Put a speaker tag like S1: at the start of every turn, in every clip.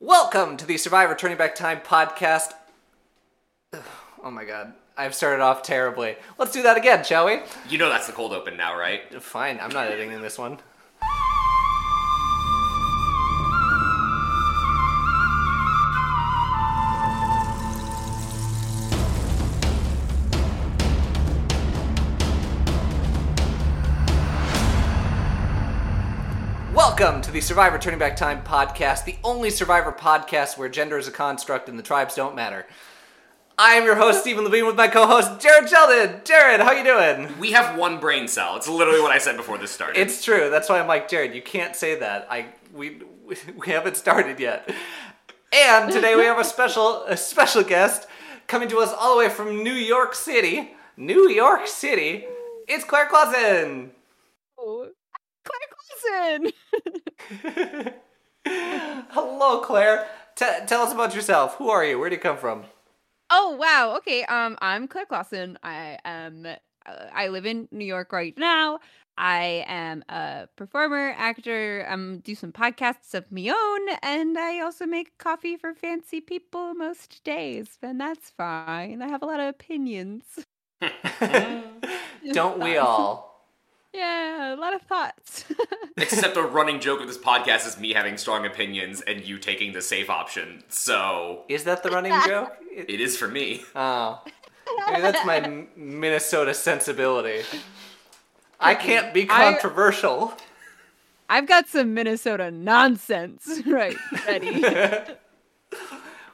S1: Welcome to the Survivor Turning Back Time podcast. Ugh, Oh my god, I've started off terribly. Let's do that again, shall we?
S2: You know that's the cold open now, right?
S1: Fine, I'm not editing this one. Welcome to the Survivor Turning Back Time podcast, the only Survivor podcast where gender is a construct and the tribes don't matter. I am your host Stephen Levine with my co-host Jared Sheldon. Jared, how you doing?
S2: We have one brain cell. It's literally what I said before this started.
S1: It's true. That's why I'm like Jared. You can't say that. I we we, we haven't started yet. And today we have a special a special guest coming to us all the way from New York City. New York City. It's Claire Clausen.
S3: Oh, Claire Clausen.
S1: Hello, Claire. T- tell us about yourself. Who are you? Where do you come from?
S3: Oh wow. Okay. Um, I'm Claire Clausen. I am. uh, I live in New York right now. I am a performer, actor. Um, do some podcasts of my own, and I also make coffee for fancy people most days, and that's fine. I have a lot of opinions.
S1: Don't we all?
S3: Yeah, a lot of thoughts.
S2: Except a running joke of this podcast is me having strong opinions and you taking the safe option. So
S1: Is that the running joke? It-
S2: it is for me.
S1: oh. Maybe that's my M- Minnesota sensibility. I can't be
S3: I-
S1: controversial.
S3: I've got some Minnesota nonsense right ready.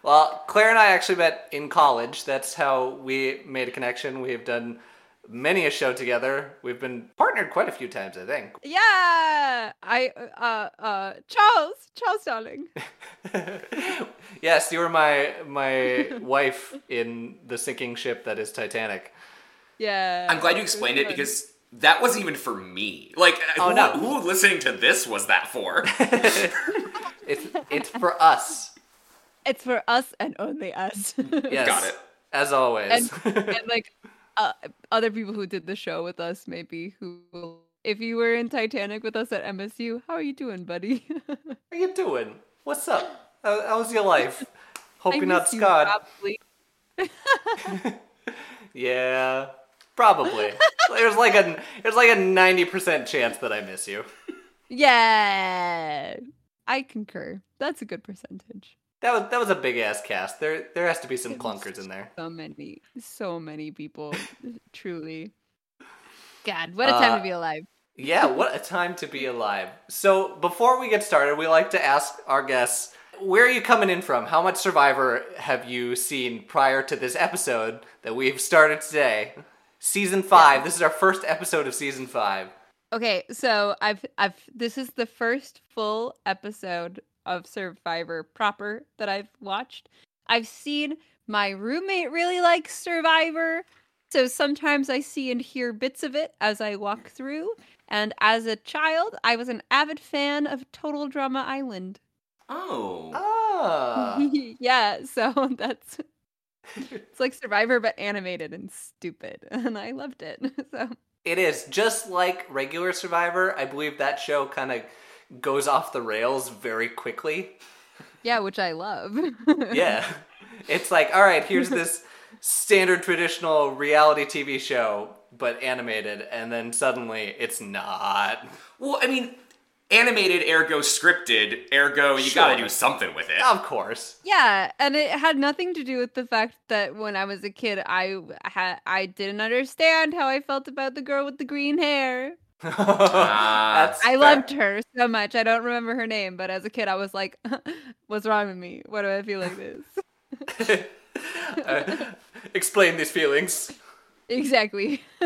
S1: Well, Claire and I actually met in college. That's how we made a connection. We have done many a show together. We've been partnered quite a few times, I think.
S3: Yeah, I uh uh Charles, Charles darling.
S1: Yes, you were my my wife in the sinking ship that is Titanic.
S3: Yeah.
S2: I'm glad you explained it because that wasn't even for me. Like,
S1: Oh,
S2: who,
S1: no.
S2: who listening to this was that for?
S1: It's it's for us.
S3: it's for us and only us.
S1: Yes.
S2: Got it.
S1: As always.
S3: and, and like uh, other people who did the show with us maybe who if you were in Titanic with us at MSU, how are you doing, buddy?
S1: How you doing? What's up? How, how's your life? Hope
S3: I
S1: you're not
S3: miss you,
S1: scarred.
S3: probably.
S1: Yeah, probably. there's like a there's like a ninety percent chance that I miss you.
S3: Yeah. I concur. That's a good percentage.
S1: That was that was a big ass cast. There there has to be some
S3: It was
S1: clunkers in there.
S3: So many, so many people, truly. God, what a time
S1: Uh,
S3: to be alive.
S1: Yeah, what a time to be alive. So before we get started, we like to ask our guests, where are you coming in from? How much Survivor have you seen prior to this episode that we've started today? Season five. This is our first episode of season five.
S3: Okay, so I've I've this is the first full episode of Survivor proper that I've watched. I've seen my roommate really likes Survivor, so sometimes I see and hear bits of it as I walk through. And as a child, I was an avid fan of Total Drama Island.
S2: Oh.
S3: Mm-hmm.
S1: Ah,
S3: yeah, so that's it's like Survivor but animated and stupid, and I loved it. So
S1: it is just like regular Survivor. I believe that show kind of goes off the rails very quickly.
S3: yeah, which I love.
S1: yeah. It's like, all right, here's this standard traditional reality TV show, but animated, and then suddenly it's not.
S2: Well, I mean, animated, ergo scripted, ergo, you
S1: Sure.
S2: gotta
S1: Oh.
S2: do something with it.
S1: Of course.
S3: Yeah, and it had nothing to do with the fact that when I was a kid, I w- ha- I didn't understand how I felt about the girl with the green hair.
S2: Uh,
S1: That's
S3: I
S1: fair.
S3: loved her so much. I don't remember her name, but as a kid, I was like, "What's wrong with me? Why do I feel like this?"
S1: Uh, explain these feelings.
S3: exactly.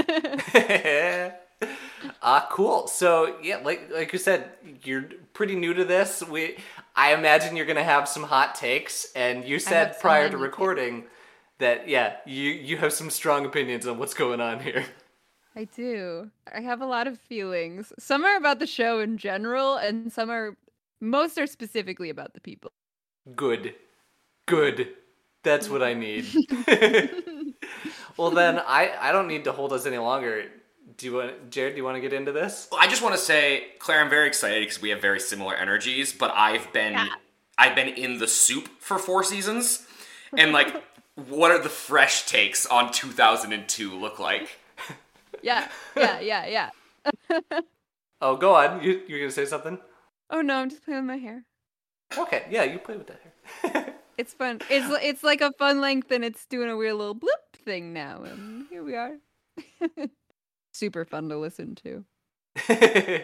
S1: Ah, cool. So yeah, like like you said, you're pretty new to this. We, I imagine you're gonna have some hot takes, and you
S3: have
S1: said
S3: so
S1: prior
S3: many
S1: to
S3: takes.
S1: recording that yeah, you you have some strong opinions on what's going on here.
S3: I do. I have a lot of feelings. Some are about the show in general, and some are most are specifically about the people.
S1: Good. Good. That's what I need. well then I I don't need to hold us any longer. Do you want Jared, do you want to get into this?
S2: Well, I just want to say, Claire, I'm very excited because we have very similar energies, but I've been. I've been in the soup for four seasons, and like, what are the fresh takes on 2002 look like?
S3: Yeah, yeah, yeah, yeah.
S1: Oh, go on. You you're gonna say something?
S3: Oh no, I'm just playing with my hair.
S1: Okay, yeah, you play with that hair.
S3: It's fun. It's it's like a fun length, and it's doing a weird little bloop thing now. And here we are. Super fun to listen to.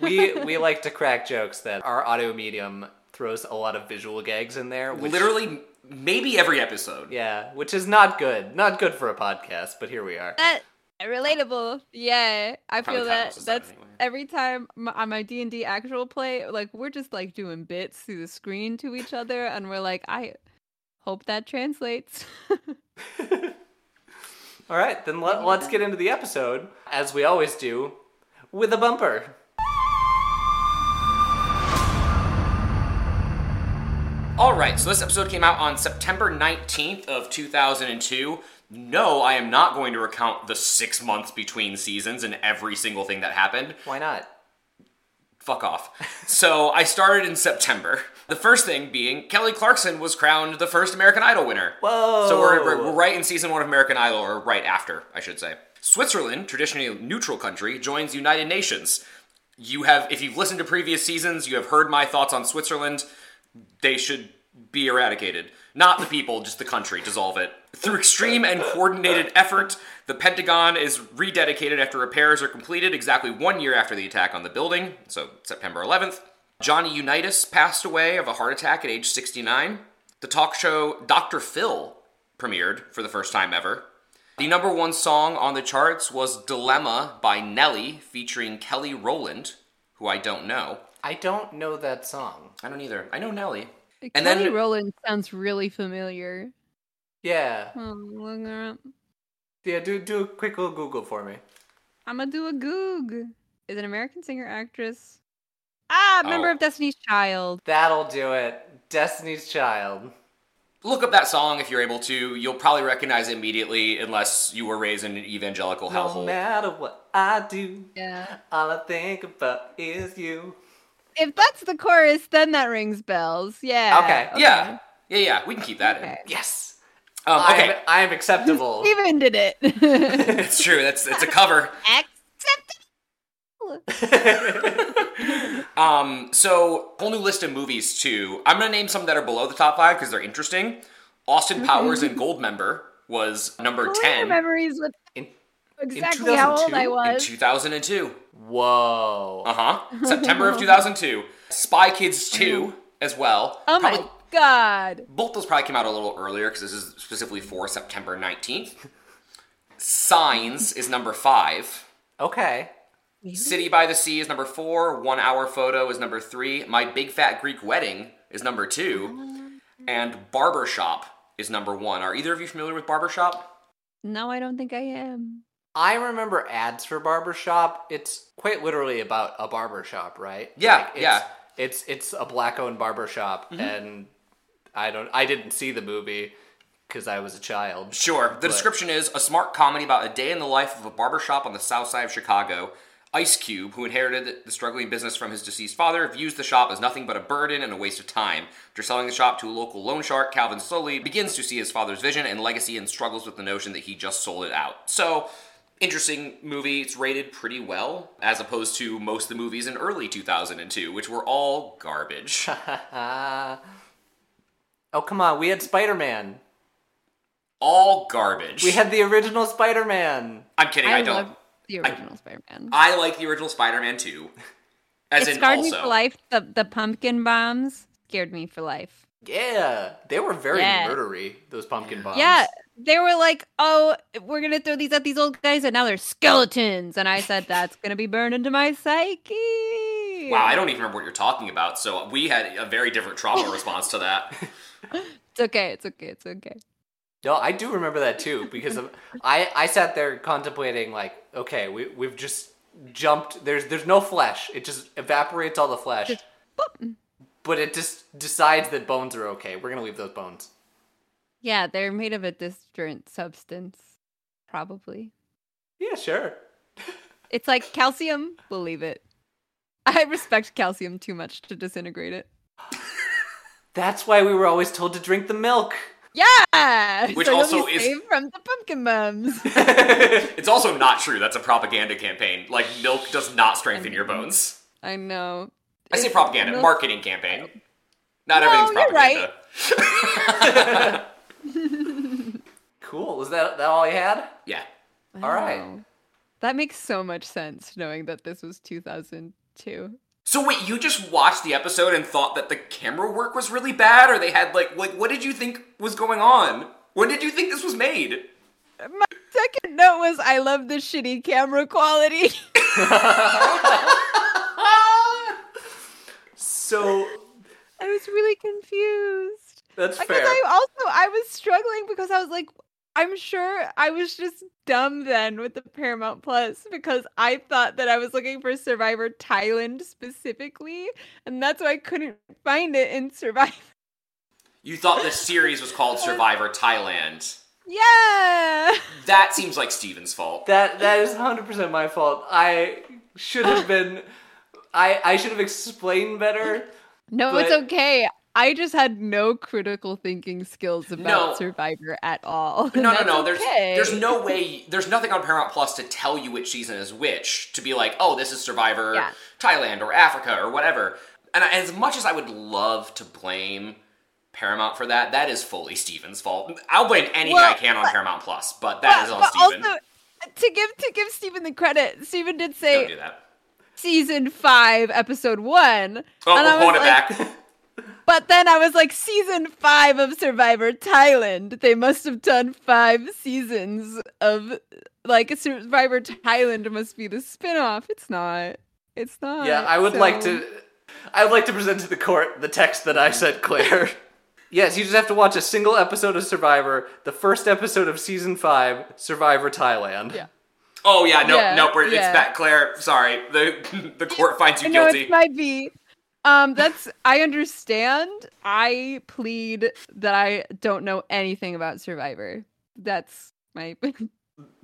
S1: we we like to crack jokes that our audio medium throws a lot of visual gags in there. Which,
S2: Literally, maybe every episode.
S1: yeah, which is not good. Not good for a podcast, but here we are.
S3: That relatable. Yeah, I
S2: Probably
S3: feel
S2: Kyle
S3: that.
S2: says that
S3: That's
S2: anyway.
S3: every time my, on my D and D actual play. Like we're just like doing bits through the screen to each other, and we're like, I hope that translates.
S1: All right, then let, let's get into the episode as we always do with a bumper.
S2: All right, so this episode came out on September 19th of 2002. No, I am not going to recount the 6 months between seasons and every single thing that happened.
S1: Why not?
S2: Fuck off. so, I started in September. The first thing being Kelly Clarkson was crowned the first American Idol winner.
S1: Whoa.
S2: So we're, we're, we're right in season one of American Idol, or right after, I should say. Switzerland, traditionally a neutral country, joins United Nations. You have, if you've listened to previous seasons, you have heard my thoughts on Switzerland. They should be eradicated. Not the people, just the country. Dissolve it. Through extreme and coordinated effort, the Pentagon is rededicated after repairs are completed exactly one year after the attack on the building, so September 11th. Johnny Unitas passed away of a heart attack at age 69. The talk show Dr. Phil premiered for the first time ever. The number one song on the charts was Dilemma by Nelly featuring Kelly Rowland, who I don't know.
S1: I don't know that song.
S2: I don't either. I know Nelly.
S3: and
S2: And
S3: Kelly
S2: then-
S3: Rowland sounds really familiar.
S1: Yeah,
S3: Oh, look her up.
S1: yeah. Do do a quick little Google for me.
S3: I'm gonna do a goog. Is an American singer actress. Ah, member
S2: Oh.
S3: of Destiny's Child.
S1: That'll do it. Destiny's Child.
S2: Look up that song if you're able to. You'll probably recognize it immediately unless you were raised in an evangelical
S1: No
S2: household.
S1: matter what I do,
S3: Yeah.
S1: all I think about is you.
S3: If that's the chorus, then that rings bells. Yeah.
S1: Okay,
S2: Yeah. Yeah, yeah. We can keep that
S3: Okay.
S1: Yes,
S2: in. Um, okay.
S1: I'm, I'm acceptable.
S3: Steven did it.
S2: It's true. That's it's a cover.
S3: Acceptable.
S2: Um, so whole new list of movies too. I'm gonna name some that are below the top five because they're interesting. Austin
S3: Mm-hmm.
S2: Powers and Goldmember was number
S3: Clear
S2: ten
S3: memories with
S1: In-
S3: exactly how old
S1: 2002?
S3: I
S1: In
S2: in
S3: was.
S2: 2002.
S1: Whoa.
S2: Uh huh. September of 2002. Spy Kids 2 as well.
S3: Oh
S2: Probably-
S3: my god.
S2: Both those probably came out a little earlier because this is specifically for September 19th. Signs is number five.
S1: Okay.
S2: City by the Sea is number four. One Hour Photo is number three. My Big Fat Greek Wedding is number two. And Barbershop is number one. Are either of you familiar with Barbershop?
S3: No, I don't think I am.
S1: I remember ads for barbershop. It's quite literally about a barbershop, right?
S2: Yeah,
S1: it's,
S2: yeah. Mm-hmm.
S1: It's it's a black owned barbershop, and I don't I didn't see the movie because I was a child.
S2: Sure. The description is a smart comedy about a day in the life of a barbershop on the south side of Chicago. Ice Cube, who inherited the struggling business from his deceased father, views the shop as nothing but a burden and a waste of time. After selling the shop to a local loan shark, Calvin slowly begins to see his father's vision and legacy and struggles with the notion that he just sold it out. So, interesting movie. It's rated pretty well, as opposed to most of the movies in early 2002, which were all garbage.
S1: Oh come on, we had Spider Man.
S2: all garbage.
S1: We had the original Spider Man.
S2: I'm kidding, I, don't.
S3: love the original Spider-Man.
S2: I like the original Spider-Man too. As
S3: it
S2: in
S3: scarred
S2: also,
S3: me for life. The the pumpkin bombs scared me for life.
S1: Yeah, they were very
S3: Yeah.
S1: murdery. Those pumpkin bombs.
S3: Yeah, they were like, "Oh, we're gonna throw these at these old guys, and now they're skeletons." And I said, "That's gonna be burned into my psyche."
S2: wow, I don't even remember what you're talking about. So we had a very different trauma response to that.
S3: It's okay. It's okay. It's okay.
S1: No, I do remember that too because of, I I sat there contemplating like, okay, we we've just jumped. There's there's no flesh. It just evaporates all the flesh.
S3: Just boop.
S1: But it just decides that bones are okay. We're gonna leave those bones.
S3: Yeah, they're made of a different substance, probably.
S1: Yeah, sure.
S3: It's like calcium. Believe it. I respect calcium too much to disintegrate it.
S1: That's why we were always told to drink the milk.
S3: Yeah.
S2: Which
S3: so you'll
S2: also
S3: be
S2: is-
S3: saved from the pumpkin mums.
S2: It's also not true. That's a propaganda campaign. Like milk does not strengthen your bones.
S3: I know.
S2: I say
S3: It's
S2: propaganda,
S3: Mm-hmm. milk-
S2: marketing campaign. Not
S3: No,
S2: everything's
S3: you're
S2: propaganda.
S3: right.
S1: Cool. Is that that all you had?
S2: Yeah.
S1: All right.
S3: Wow. That makes so much sense knowing that this was 2002.
S2: So wait, you just watched the episode and thought that the camera work was really bad, or they had like like what did you think was going on? When did you think this was made?
S3: My second note was I love the shitty camera quality.
S1: So
S3: I was really confused.
S1: that's
S3: Because
S1: fair.
S3: I also I was struggling because I was like I'm sure I was just dumb then with the Paramount Plus because I thought that I was looking for Survivor Thailand specifically and that's why I couldn't find it in Survivor.
S2: You thought the series was called Survivor Thailand.
S3: Yeah.
S2: That seems like Steven's fault.
S1: That that is hundred percent my fault. I should have been. I I should have explained better.
S3: No,
S1: But-
S3: it's okay. I just had no critical thinking skills about
S2: No.
S3: Survivor at all. and
S2: No, no,
S3: that's
S2: no. There's
S3: okay.
S2: there's no way. There's nothing on Paramount Plus to tell you which season is which. To be like, oh, this is Survivor
S3: Yeah.
S2: Thailand or Africa or whatever. And I, as much as I would love to blame Paramount for that, that is fully Steven's fault. I'll blame anything I
S3: Well,
S2: can on Paramount Plus, but that is
S3: But-
S2: on
S3: but
S2: Steven.
S3: also uh, to give to give Steven the credit, Steven did
S2: Don't
S3: say
S2: do that.
S3: season five, episode one.
S2: Oh,
S3: and
S2: we'll
S3: I
S2: hold
S3: was
S2: it
S3: like-
S2: back.
S3: But then I was like, season five of Survivor Thailand. They must have done five seasons of like Survivor Thailand must be the spinoff. It's not. It's not.
S1: Yeah, I would like
S3: so-
S1: to. I would like to present to the court the text that I sent Claire. yes, you just have to watch a single episode of Survivor, the first episode of season five, Survivor Thailand.
S3: Yeah.
S2: Oh yeah, no,
S3: Yeah,
S2: no, we're,
S3: yeah.
S2: it's back, Claire. Sorry, the the court finds you
S3: I know
S2: guilty.
S3: it might be. Um, that's I understand. I plead that I don't know anything about Survivor. That's my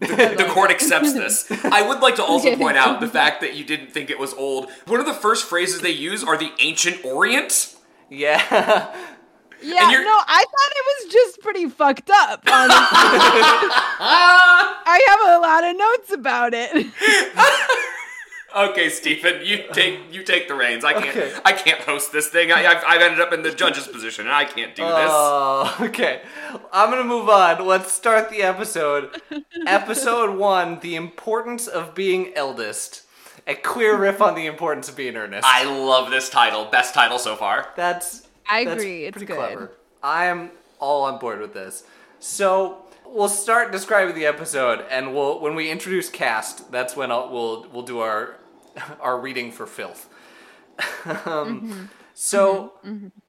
S2: the court accepts this. I would like to also point out the fact that you didn't think it was old. One of the first phrases they use are the ancient Orient.
S1: Yeah.
S3: yeah.
S2: you're-
S3: No, I thought it was just pretty fucked up. Honestly.
S2: Ah!
S3: I have a lot of notes about it.
S2: Okay, Stephen, you take you take the reins. I can't
S1: Okay.
S2: I can't host this thing. I, I've, I've ended up in the judge's position, and I can't do this.
S1: Oh, okay. I'm gonna move on. Let's start the episode. episode one: The importance of being eldest. A clear riff on the importance of being earnest.
S2: I love this title. Best title so far.
S1: That's
S3: I
S1: that's
S3: agree, it's
S1: pretty
S3: good.
S1: clever. I am all on board with this. So we'll start describing the episode, and we'll when we introduce cast, that's when I'll, we'll we'll do our our reading for filth. um,
S3: Mm-hmm.
S1: So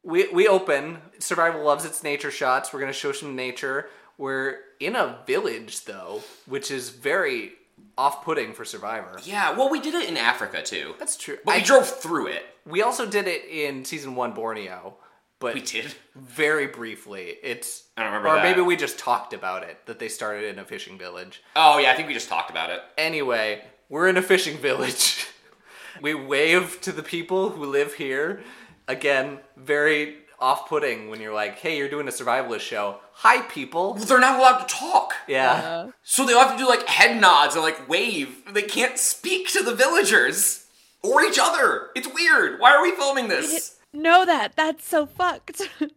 S1: we we open. Survival loves its nature shots. We're gonna show some nature. We're in a village though, which is very off-putting for Survivor.
S2: Yeah. Well, we did it in Africa too,
S1: That's true.
S2: but we
S1: I-
S2: drove through it.
S1: we also did it in season one Borneo, but
S2: We did.
S1: very briefly. It's
S2: I don't remember
S1: or
S2: that.
S1: maybe we just talked about it that they started in a fishing village.
S2: Oh yeah, I think we just talked about it.
S1: Anyway, we're in a fishing village. we wave to the people who live here. Again, very off-putting when you're like, "Hey, you're doing a survivalist show. Hi, people."
S2: They're not allowed to talk.
S1: Yeah.
S2: So they all have to do like head nods and like wave. They can't speak to the villagers or each other. It's weird. Why are we filming this?
S3: know that. That's so fucked.
S1: yeah.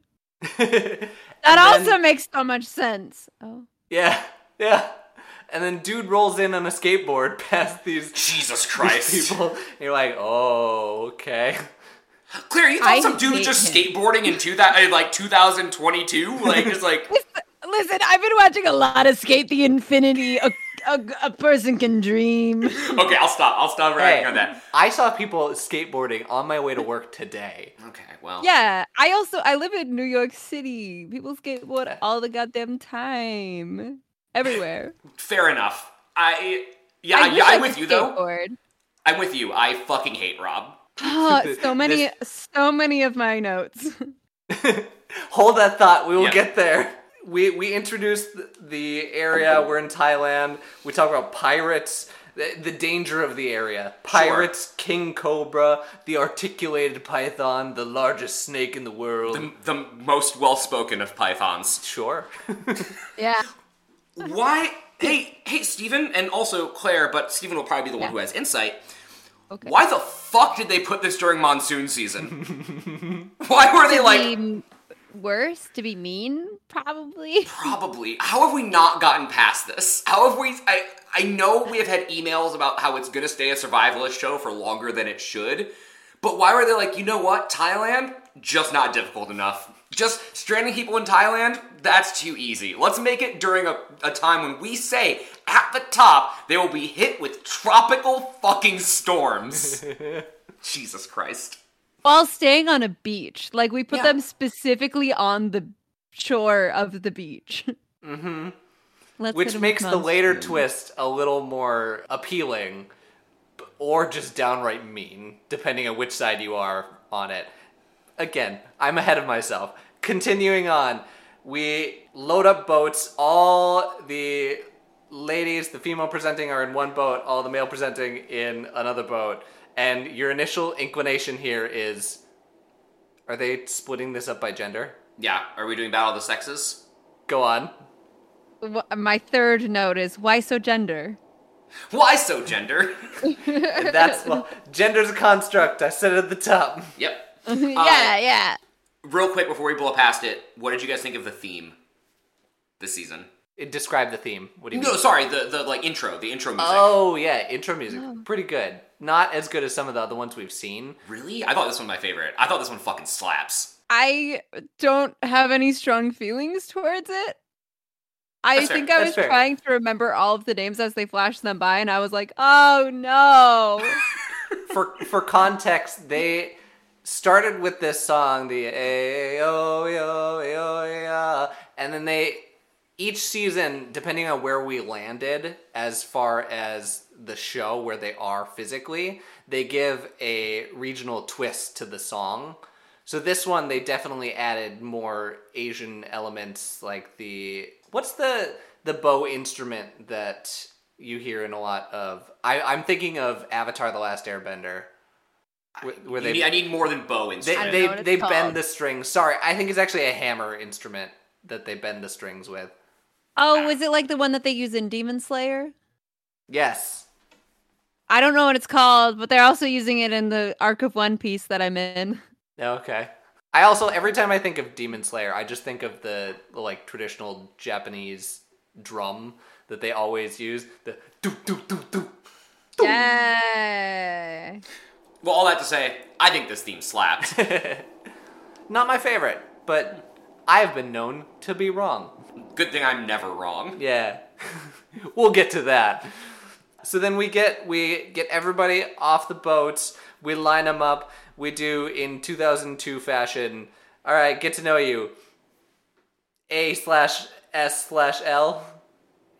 S3: That
S1: then-
S3: also makes so much sense. Oh.
S1: yeah. And then dude rolls in on a skateboard past these
S2: Jesus Christ.
S1: people. You're like, "Oh, okay."
S2: Claire, you thought
S3: I
S2: some dude was
S3: hate
S2: just
S3: him.
S2: skateboarding in two thou- uh, like 2022? Like just like
S3: Listen, listen, I've been watching a lot of Skate the Infinity. A, a, a person can dream.
S2: okay, I'll stop. I'll stop
S1: Hey,
S2: writing on that.
S1: I saw people skateboarding on my way to work today.
S2: Okay, well.
S3: Yeah, I also I live in New York City. People skateboard all the goddamn time, everywhere.
S2: Fair enough. I yeah, I
S3: wish
S2: yeah, I'm
S3: could
S2: with you though.
S3: skateboard.
S2: I'm with you. I fucking hate Rob.
S3: Ah, so many, so many of my notes.
S1: Hold that thought. We will
S2: Yeah.
S1: get there. We we introduced th- the area. We're in Thailand. We talk about pirates. the, the danger of the area. Pirates, king cobra, the articulated python, the largest snake in the world.
S2: The most well spoken of pythons.
S1: Sure.
S3: Yeah.
S2: Why? Hey, hey, Stephen, and also Claire, but Stephen will probably be the one
S3: Yeah.
S2: who has insight.
S3: Okay.
S2: Why the fuck did they put this during monsoon season? Why were they like,
S3: Be worse to be mean, probably.
S2: probably how have we not gotten past this how have we i i know we have had emails about how it's gonna stay a survivalist show for longer than it should but why were they like you know what thailand just not difficult enough just stranding people in thailand that's too easy let's make it during a, a time when we say at the top they will be hit with tropical fucking storms jesus christ
S3: While staying on a beach, like we put
S2: Yeah.
S3: them specifically on the shore of the beach. Mm-hmm. Let's hit
S1: Which
S3: 'em with
S1: makes the
S3: monsters.
S1: later twist a little more appealing, b- or just downright mean, depending on which side you are on it. Again, I'm ahead of myself. Continuing on, we load up boats. All the ladies, the female presenting, are in one boat, all the male presenting in another boat. And your initial inclination here is are they splitting this up by gender?
S2: yeah are we doing battle of the sexes
S1: Go on.
S3: Wh- My third note is why so gender?
S2: why so gender
S1: And that's well, gender's a construct. I said it at the top.
S2: yep
S1: Uh,
S3: yeah, yeah.
S2: Real quick before we blow past it, what did you guys think of the theme this season?
S1: It- Describe the theme. What do you
S2: No,
S1: mean?
S2: sorry, the the like intro, the intro music.
S1: Oh yeah, intro music. Pretty good. Not as good as some of the other ones we've seen.
S2: Really? I thought this one my favorite. I thought this one fucking slaps.
S3: I don't have any strong feelings towards it. I
S2: That's fair.
S3: think I
S1: That's
S3: was
S1: fair.
S3: trying to remember all of the names as they flashed them by, and I was like, oh no.
S1: For for context, they started with this song, the E A-O-E-O-E-O-E-O, E and then they each season, depending on where we landed as far as the show where they are physically, they give a regional twist to the song. So this one they definitely added more Asian elements like the what's the the bow instrument that you hear in a lot of I, I'm thinking of Avatar the Last Airbender. Where, where
S2: You
S1: they
S2: need- I need more than bow
S1: they
S2: instrument.
S3: know
S1: they,
S3: what it's
S1: they
S3: called.
S1: bend the strings. Sorry, I think it's actually a hammer instrument that they bend the strings with.
S3: oh, was it like the one that they use in Demon Slayer?
S1: Yes.
S3: I don't know what it's called, but they're also using it in the arc of One Piece that I'm in.
S1: Okay. I also every time I think of Demon Slayer, I just think of the like traditional Japanese drum that they always use. The do do do do.
S3: Yeah.
S2: well, all that to say, I think this theme slaps.
S1: Not my favorite, but I've been known to be wrong.
S2: Good thing I'm never wrong.
S1: Yeah. we'll get to that. So then we get we get everybody off the boats. We line them up. We do in 2002 fashion. All right, get to know you. A slash S slash L,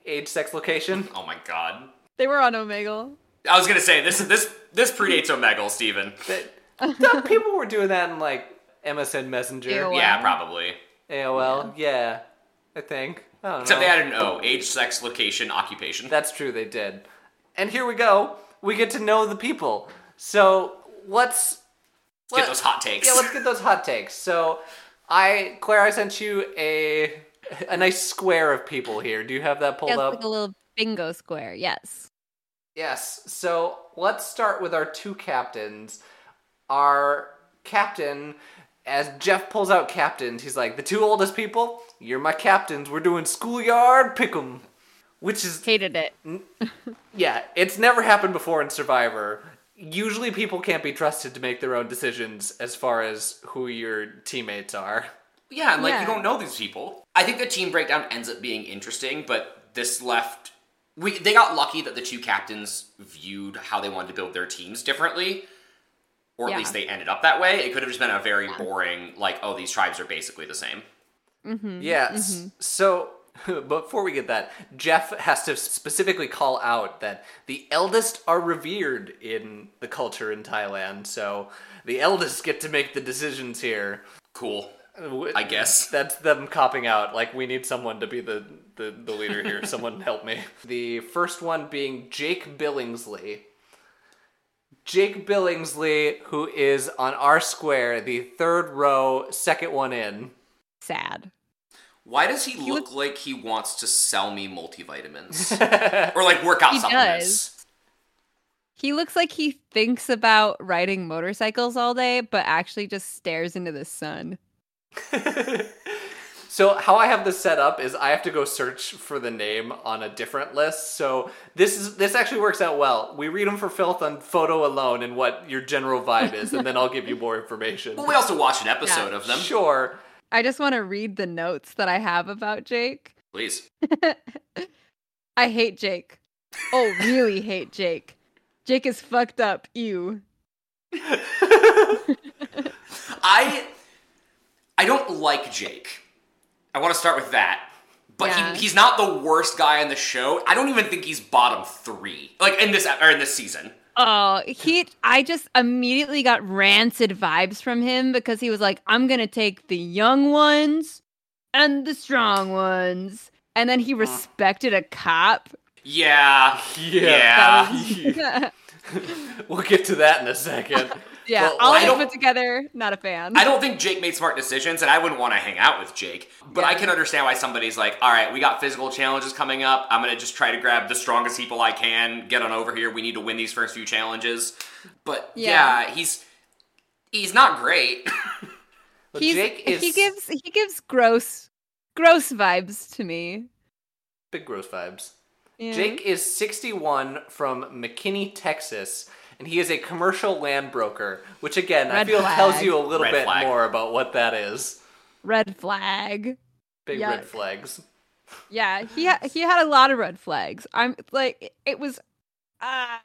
S1: age, sex, location.
S2: Oh my god.
S3: They were on Omegle.
S2: I was gonna say this this this predates Omegle, Steven.
S1: That, that people were doing that in like MSN Messenger,
S3: AOL.
S2: Yeah, probably.
S1: AOL. Yeah, I think. I don't know.
S2: Except they added an O. Age, sex, location, occupation.
S1: That's true, they did. And here we go. We get to know the people. So let's
S2: Let's get those hot takes.
S1: yeah, let's get those hot takes. So I Claire, I sent you a a nice square of people here. Do you have that pulled
S3: Yeah, it's
S1: up?
S3: like a little bingo square. Yes.
S1: Yes. So let's start with our two captains. Our captain, as Jeff pulls out captains, he's like, "The two oldest people, you're my captains. We're doing schoolyard pick 'em," which is
S3: Hated it.
S1: Yeah, it's never happened before in Survivor. Usually people can't be trusted to make their own decisions as far as who your teammates are.
S2: Yeah, and like
S3: Yeah.
S2: you don't know these people. I think the team breakdown ends up being interesting, but this left we they got lucky that the two captains viewed how they wanted to build their teams differently. Or at
S3: Yeah.
S2: least they ended up that way. It could have just been a very boring, like, oh, these tribes are basically the same.
S1: Yes. So before we get that, Jeff has to specifically call out that the eldest are revered in the culture in Thailand. So the eldest get to make the decisions here.
S2: Cool. I guess.
S1: That's them copping out. Like, we need someone to be the, the, the leader here. someone help me. The first one being Jake Billingsley. Jake Billingsley, who is on R Square, the third row, second one in.
S3: Sad.
S2: Why does he look like he wants to sell me multivitamins or like workout
S3: He
S2: supplements?
S3: He looks like he thinks about riding motorcycles all day, but actually just stares into the sun.
S1: So how I have this set up is I have to go search for the name on a different list. So this is this actually works out well. We read them for filth on photo alone and what your general vibe is, and then I'll give you more information.
S2: Well, we also watched an episode of them.
S1: Sure.
S3: I just want to read the notes that I have about Jake.
S2: Please.
S3: I hate Jake. Oh, really hate Jake. Jake is fucked up. Ew.
S2: I I don't like Jake. I want to start with that. But
S3: Yeah.
S2: he, he's not the worst guy on the show. I don't even think he's bottom three, like in this or in this season.
S3: Oh, he I just immediately got rancid vibes from him because he was like, I'm gonna take the young ones and the strong ones. And then he respected a cop.
S2: Yeah,
S1: Yeah.
S2: yeah.
S3: yeah,
S1: We'll get to that in a second. Well,
S3: all
S2: I
S3: they
S2: don't-
S3: put together, not a fan.
S2: I don't think Jake made smart decisions, and I wouldn't want to hang out with Jake. But I can understand why somebody's like, "All right, we got physical challenges coming up. I'm gonna just try to grab the strongest people I can. Get on over here. We need to win these first few challenges." But
S3: Yeah.
S2: yeah he's he's not great.
S1: But
S3: He's-
S1: Jake is
S3: he gives he gives gross gross vibes to me.
S1: big gross vibes.
S3: Yeah.
S1: Jake is 61 from McKinney, Texas, and he is a commercial land broker, which again I
S3: Red
S1: feel
S3: flag.
S1: tells you a little
S2: Red
S1: bit
S2: flag.
S1: more about what that is.
S3: red flag.
S1: Big
S3: Yuck.
S1: red flags.
S3: Yeah, he ha- he had a lot of red flags. I'm like it- it was uh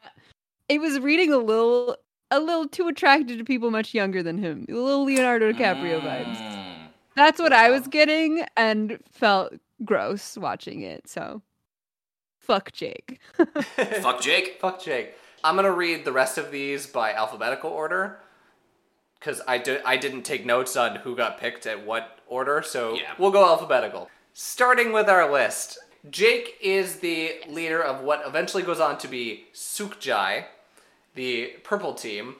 S3: it was reading a little a little too attracted to people much younger than him. A little Leonardo DiCaprio vibes.
S2: Mm.
S3: That's what I was getting and felt gross watching it. So fuck Jake.
S2: Fuck Jake.
S1: Fuck Jake. I'm gonna read the rest of these by alphabetical order because I did I didn't take notes on who got picked at what order, so
S2: Yeah.
S1: we'll go alphabetical. Starting with our list, Jake is the leader of what eventually goes on to be Sukjai, the purple team,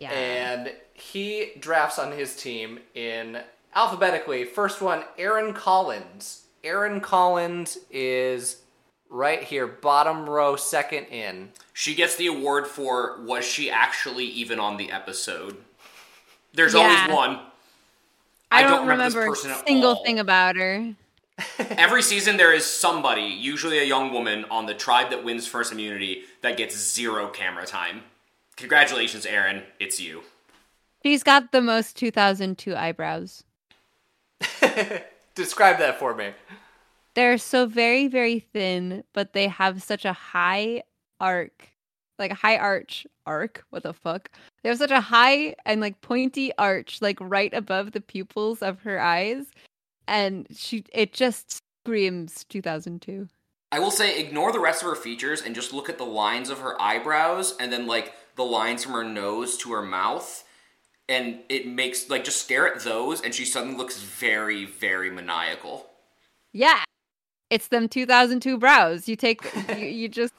S1: and he drafts on his team in alphabetically. First one, Aaron Collins. Aaron Collins is right here, bottom row, second in.
S2: She gets the award for was she actually even on the episode? There's
S3: Yeah.
S2: always one.
S3: I
S2: I
S3: don't,
S2: don't remember this
S3: remember,
S2: person
S3: a
S2: at
S3: single
S2: all.
S3: thing about her.
S2: Every season, there is somebody, usually a young woman, on the tribe that wins first immunity that gets zero camera time. Congratulations, Aaron. It's you.
S3: She's got the most 2002 eyebrows.
S1: Describe that for me.
S3: They're so very, very thin, but they have such a high arc, like a high arch arc. What the fuck? They have such a high and like pointy arch, like right above the pupils of her eyes, and she it just screams 2002.
S2: I will say, ignore the rest of her features and just look at the lines of her eyebrows and then, like, the lines from her nose to her mouth. And it makes, like, just stare at those, and she suddenly looks very, very maniacal.
S3: Yeah, it's them 2002 brows. You take you, you just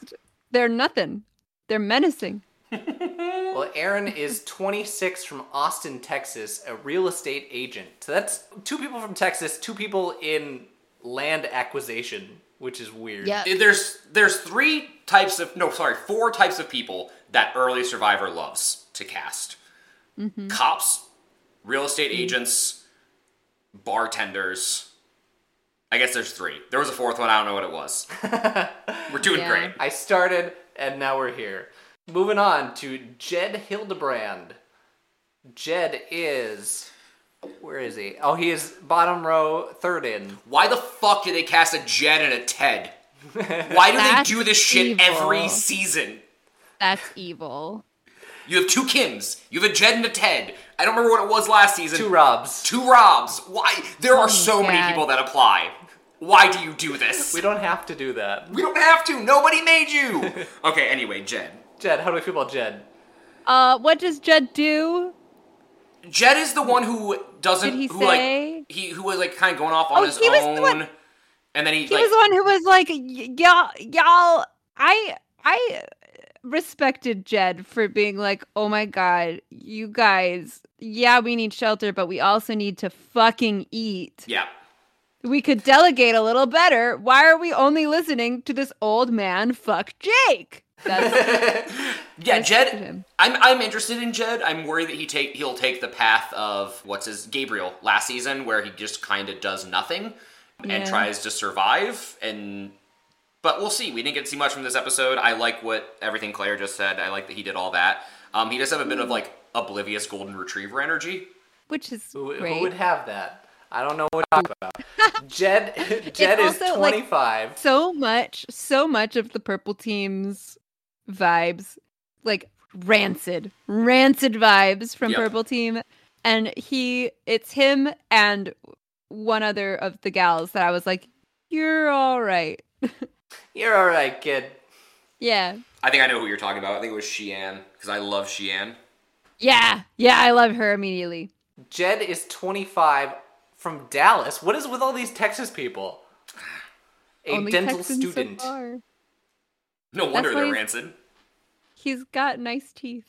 S3: they're nothing. They're menacing.
S1: Well, Aaron is 26 from Austin, Texas, a real estate agent. So that's two people from Texas, two people in land acquisition, which is weird.
S3: Yeah.
S2: There's, there's three types of, no, sorry, four types of people that early Survivor loves to cast
S3: Mm-hmm.
S2: cops, real estate agents, bartenders. I guess there's three. There was a fourth one. I don't know what it was. We're doing
S3: Yeah.
S2: great.
S1: I started, and now we're here. Moving on to Jed Hildebrand. Jed is. Where is he? Oh, he is bottom row, third in.
S2: Why the fuck do they cast a Jed and a Ted? Why do they
S3: That's
S2: do this shit
S3: evil.
S2: every season?
S3: That's evil.
S2: You have two Kims. You have a Jed and a Ted. I don't remember what it was last season.
S1: Two Robs.
S2: Two Robs. Why? There are so
S3: Oh God.
S2: many people that apply. Why do you do this?
S1: We don't have to do that.
S2: We don't have to. Nobody made you. okay. Anyway, Jed.
S1: Jed, how do we feel about Jed?
S3: Uh, what does Jed do?
S2: Jed is the one who doesn't.
S3: Did he
S2: who
S3: say?
S2: like he who was like kind of going off on
S3: Oh,
S2: his
S3: he was the
S2: own,
S3: one-
S2: and then he,
S3: He
S2: like
S3: was the one who was like, "Y- y'all, y'all, I, I respected Jed for being like, oh my god, you guys, yeah, we need shelter, but we also need to fucking eat.
S2: yeah.
S3: We could delegate a little better. Why are we only listening to this old man? Fuck Jake. That's
S2: Yeah,
S3: That's
S2: Jed.
S3: him.
S2: I'm I'm interested in Jed. I'm worried that he take he'll take the path of what's his Gabriel last season, where he just kind of does nothing and
S3: Yeah.
S2: tries to survive. And but we'll see. We didn't get to see much from this episode. I like what everything Claire just said. I like that he did all that. Um, he does have a
S3: Mm.
S2: bit of like oblivious golden retriever energy.
S3: which is
S1: Who,
S3: great.
S1: who would have that? I don't know what to talk about. Jed Jed is
S3: also, like-
S1: 25.
S3: so much so much of the purple team's vibes like rancid rancid vibes from
S2: Yep.
S3: purple team and he it's him and one other of the gals that i was like you're all right
S1: You're all right, kid.
S3: yeah
S2: I think I know who you're talking about. I think it was Shean because I love Shean.
S3: yeah yeah i love her immediately
S1: Jed is 25 from Dallas. What is with all these Texas people? A
S3: Only
S1: dental
S3: Texans so
S1: student.
S3: far.
S2: No wonder
S3: why
S2: they're
S3: he's-
S2: rancid.
S3: he's got nice teeth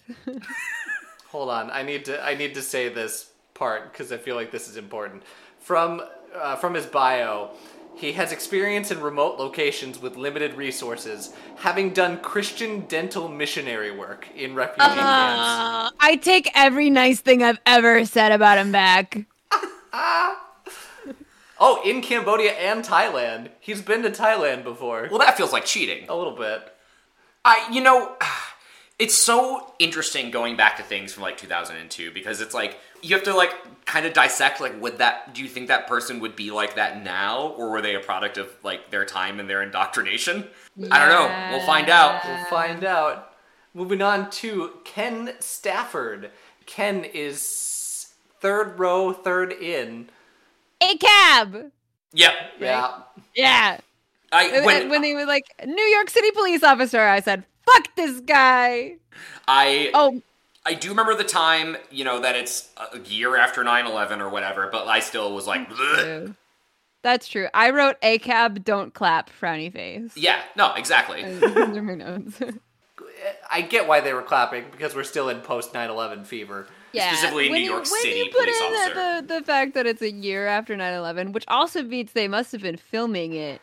S1: Hold on, I need to I need to say this part because I feel like this is important. From uh, from his bio, he has experience in remote locations with limited resources, having done Christian dental missionary work in refugee camps.
S3: Uh, i take every nice thing i've ever said about him back
S1: Oh, in Cambodia and Thailand. He's been to Thailand before.
S2: Well, that feels like cheating.
S1: A little bit.
S2: I, you know, it's so interesting going back to things from like 2002 because it's like you have to like kind of dissect like would that do you think that person would be like that now or were they a product of like their time and their indoctrination? I don't know. We'll find out.
S1: We'll find out. Moving on to Ken Stafford. Ken is third row, third in.
S3: a cab
S2: Yep.
S1: Yeah.
S3: yeah
S2: I
S3: And- and
S2: when,
S3: when they were like New York City police officer, I said, "Fuck this guy."
S2: I
S3: Oh,
S2: I do remember the time, you know, that it's a year after 9/11 or whatever, but I still was like "Bleh."
S3: true. that's true. I wrote a cab, don't clap, frowny face.
S2: Yeah, no, exactly.
S3: And those are my notes.
S1: I get why they were clapping because we're still in post 9 11 fever.
S3: yeah.
S2: Specifically
S3: when
S2: New
S3: you,
S2: York
S3: when
S2: City
S3: you put
S2: police
S3: in the-
S2: officer.
S3: The, the fact that it's a year after 9/11, which also means they must have been filming it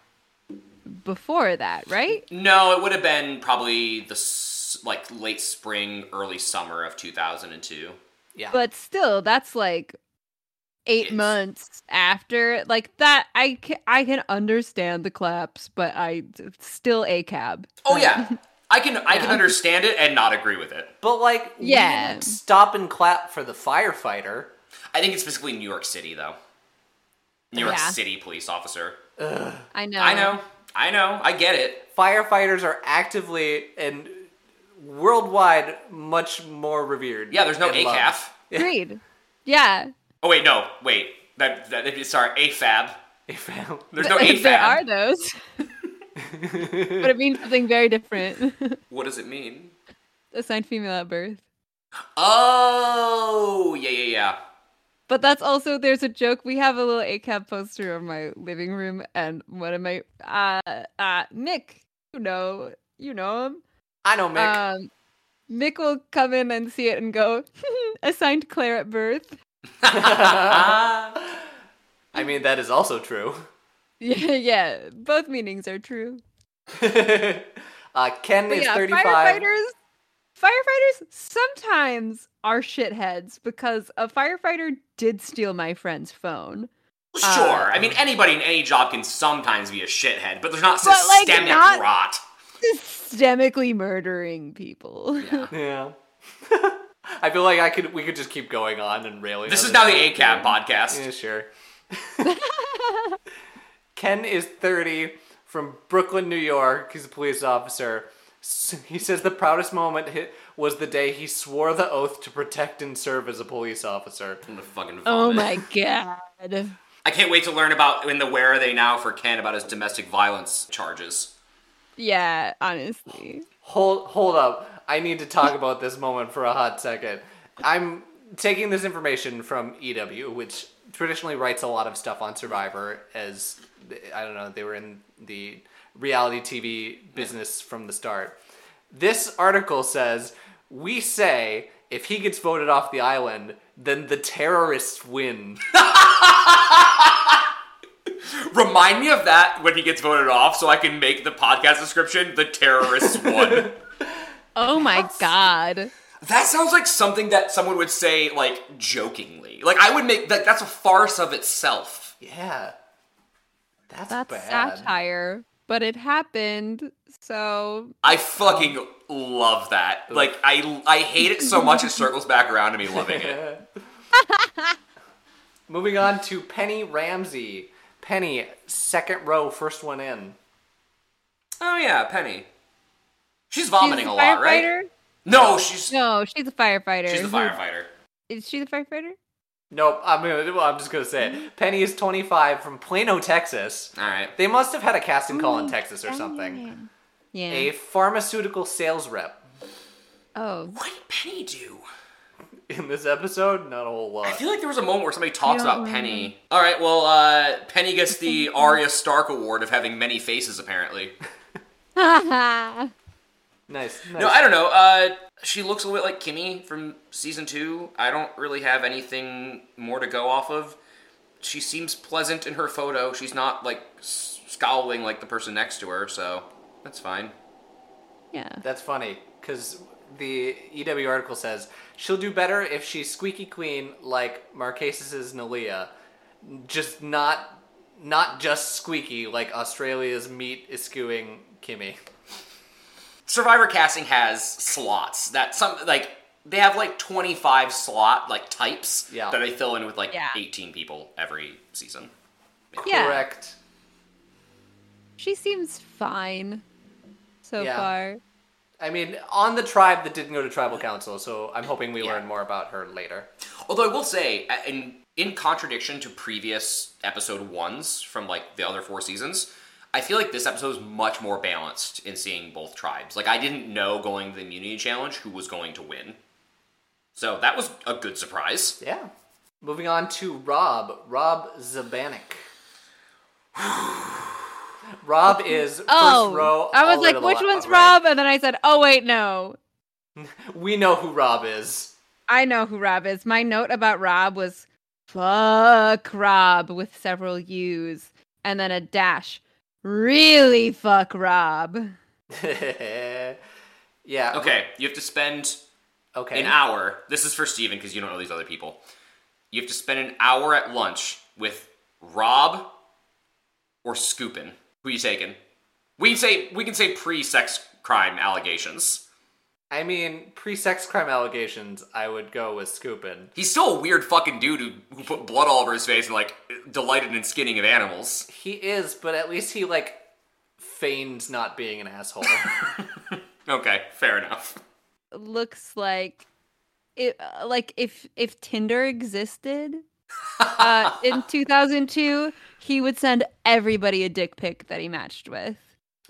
S3: before that, right?
S2: No, it would have been probably the s- like late spring, early summer of 2002.
S1: Yeah.
S3: But still, that's like eight
S2: Yes.
S3: months after. Like that, I can, I can understand the claps, but I still a cab.
S2: Oh yeah, I can I can
S3: Yeah.
S2: understand it and not agree with it.
S1: but like, we
S3: Yeah.
S1: didn't stop and clap for the firefighter.
S2: I think it's specifically New York City though. New York
S3: Yeah.
S2: City police officer.
S3: I know.
S2: I know, I know, I get it.
S1: Firefighters are actively and worldwide much more revered.
S2: Yeah, there's no
S1: and loved.
S2: ACAF.
S3: Agreed. Yeah.
S2: Oh wait, no, wait. That, that sorry, AFAB. There's no AFAB.
S3: there are those. but it means something very different.
S2: What does it mean?
S3: Assigned female at birth.
S2: Oh yeah yeah yeah.
S3: But that's also there's a joke. We have a little ACAB poster on my living room and one of my uh uh Nick, you know, you know him.
S1: I know, Mick.
S3: Um Mick will come in and see it and go, assigned Claire at birth.
S1: I mean, that is also true.
S3: Yeah, yeah. Both meanings are true.
S1: uh, Ken
S3: But
S1: is
S3: yeah,
S1: 35.
S3: firefighters. Firefighters sometimes are shitheads because a firefighter did steal my friend's phone,
S2: Sure. I
S3: Um,
S2: mean, anybody in any job can sometimes be a shithead, but there's not
S3: But, like,
S2: systemic
S3: not-
S2: rot.
S3: systemically murdering people.
S1: Yeah. I feel like I could we could just keep going on and railing.
S2: This
S1: on
S2: is now the
S1: topic.
S2: ACAB podcast.
S1: Yeah, sure. Ken is 30 from Brooklyn, New York. He's a police officer. S- He says the proudest moment hi- was the day he swore the oath to protect and serve as a police officer.
S2: I'm gonna fucking
S3: Oh
S2: vomit.
S3: my god!
S2: I can't wait to learn about in the Where Are They Now for Ken about his domestic violence charges.
S3: Yeah, honestly,
S1: Hold hold up. I need to talk about this moment for a hot second. I'm taking this information from EW, which traditionally writes a lot of stuff on Survivor, as I don't know, they were in the reality TV business from the start. This article says we say if he gets voted off the island, then the terrorists win.
S2: Remind me of that when he gets voted off so I can make the podcast description the terrorists won.
S3: Oh my god.
S2: That sounds like something that someone would say, like, jokingly. Like, I would make that, that's a farce of itself.
S1: yeah, that's,
S3: That's
S1: bad.
S3: satire, but it happened. So
S2: I fucking love that. Like, I, I hate it so much it circles back around to me loving it.
S1: Moving on to Penny Ramsey. Penny, second row, first one in.
S2: Oh, yeah, Penny. She's
S3: she's
S2: vomiting
S3: a
S2: a lot, right?
S3: firefighter?
S2: No, she's,
S3: No, she's a firefighter.
S2: she's the
S3: Who-
S2: firefighter.
S3: Is she the firefighter?
S1: Nope, I'm gonna, well, I'm just gonna say
S2: Mm-hmm.
S1: it. Penny is 25 from Plano, Texas.
S2: All right.
S1: They must have had a casting call in Texas or something.
S3: Yeah.
S1: A pharmaceutical sales rep.
S3: oh.
S2: What did Penny do?
S1: In this episode, not a whole
S2: I
S1: lot.
S2: feel like there was a moment where somebody talks
S3: I
S2: about
S3: don't
S2: Penny. All right, well, uh, Penny gets the Arya Stark Award of having many faces, apparently.
S1: Nice. nice.
S2: No, I don't know. Uh, she looks a little bit like Kimmy from season two. I don't really have anything more to go off of. She seems pleasant in her photo. She's not like s- scowling like the person next to her, so that's fine.
S3: yeah.
S1: That's funny, because the EW article says she'll do better if she's squeaky clean like Marquesis's Nalia. Just not not just squeaky like Australia's meat eschewing Kimmy.
S2: Survivor casting has slots that some like they have like 25 slot like types
S1: Yeah.
S2: that they fill in with like
S3: Yeah.
S2: 18 people every season.
S3: Yeah.
S1: Correct.
S3: She seems fine so
S1: Yeah.
S3: far.
S1: I mean, on the tribe that didn't go to tribal council, so I'm hoping we
S2: Yeah.
S1: learn more about her later.
S2: Although I will say, a- in in contradiction to previous episode ones from like the other four seasons, I feel like this episode is much more balanced in seeing both tribes. Like I didn't know going to the immunity challenge who was going to win, so that was a good surprise.
S1: Yeah. Moving on to Rob. Rob Zabanik. Rob is first
S3: Oh,
S1: row.
S3: I
S1: all
S3: was
S1: the way
S3: like,
S1: to the
S3: which
S1: left,
S3: one's
S1: right.
S3: Rob? And then I said, oh, wait, no.
S1: We know who Rob is.
S3: I know who Rob is. My note about Rob was fuck Rob with several U's and then a dash. Really fuck Rob.
S1: yeah.
S2: Okay, you have to spend
S1: Okay.
S2: an hour. This is for Steven because you don't know these other people. You have to spend an hour at lunch with Rob or Scoopin. Who you taking? We can say we can say pre-sex crime allegations.
S1: I mean, pre-sex crime allegations. I would go with Scoopin.
S2: He's still a weird fucking dude who, who put blood all over his face and like delighted in skinning of animals.
S1: He is, but at least he like feigns not being an asshole.
S2: Okay, fair enough.
S3: Looks like it uh, like if if Tinder existed uh, in 2002, he would send everybody a dick pic that he matched with.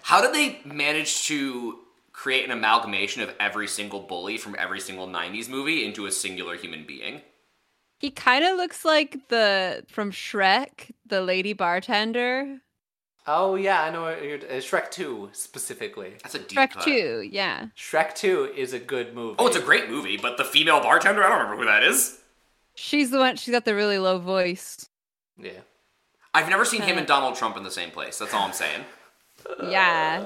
S2: How did they manage to create an amalgamation of every single bully from every single 90s movie into a singular human being?
S3: He kind of looks like the from Shrek, the lady bartender.
S1: oh yeah, I know. what you're- uh, Shrek Two specifically.
S2: That's a deep
S3: Shrek
S2: cut.
S3: 2, yeah.
S1: Shrek Two is a good movie.
S2: Oh, it's a great movie, but the female bartender, I don't remember who that is.
S3: She's the one, she's got the really low voice.
S1: yeah.
S2: I've never seen him and Donald Trump in the same place. That's all I'm saying.
S3: Yeah.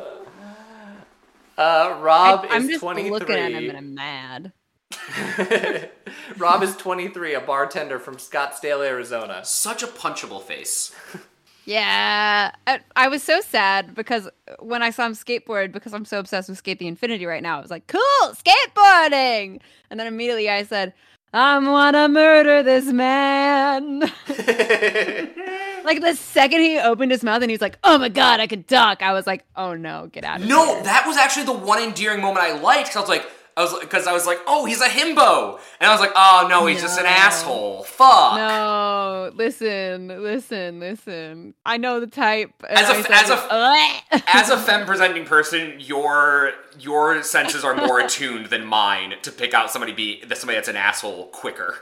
S1: Uh, Rob
S3: I, am
S1: is
S3: just
S1: twenty
S3: looking at him and
S1: three.
S3: I'm mad.
S1: Rob is twenty three, a bartender from Scottsdale, Arizona.
S2: Such a punchable face.
S3: Yeah. I, I was so sad because when I saw him skateboard, because I'm so obsessed with Skate the Infinity right now, I was like, cool, skateboarding. And then immediately I said, I wanna murder this man. like the second he opened his mouth and he was like, oh my God, I can talk. I was like, oh no, get out of here.
S2: No, that was actually the one endearing moment I liked because I was like, I was because I was like, oh, he's a himbo, and I was like, oh no, he's just an
S3: No.
S2: asshole. Fuck.
S3: No, listen, listen, listen. I know the type. and
S2: As a
S3: I
S2: f-
S3: said
S2: as
S3: it.
S2: As a femme presenting person, your your senses are more attuned than mine to pick out somebody be that somebody that's an asshole quicker.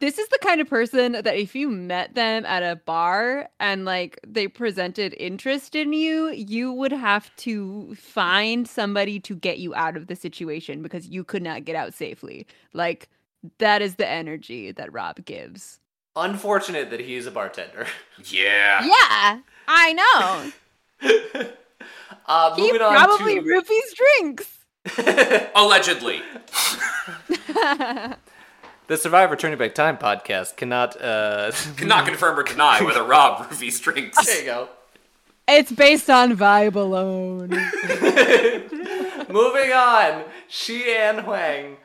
S3: this is the kind of person that if you met them at a bar and like they presented interest in you, you would have to find somebody to get you out of the situation because you could not get out safely. Like that is the energy that Rob gives.
S1: Unfortunate that he's a bartender.
S2: Yeah.
S3: Yeah, I know.
S1: Uh,
S3: he
S1: moving on
S3: probably
S1: to
S3: rupees drinks.
S2: Allegedly.
S1: the Survivor Turning Back Time podcast cannot. Uh,
S2: Cannot confirm or deny whether Rob Ruby's drinks.
S1: there you go.
S3: It's based on vibe alone.
S1: Moving on, Shi An Huang,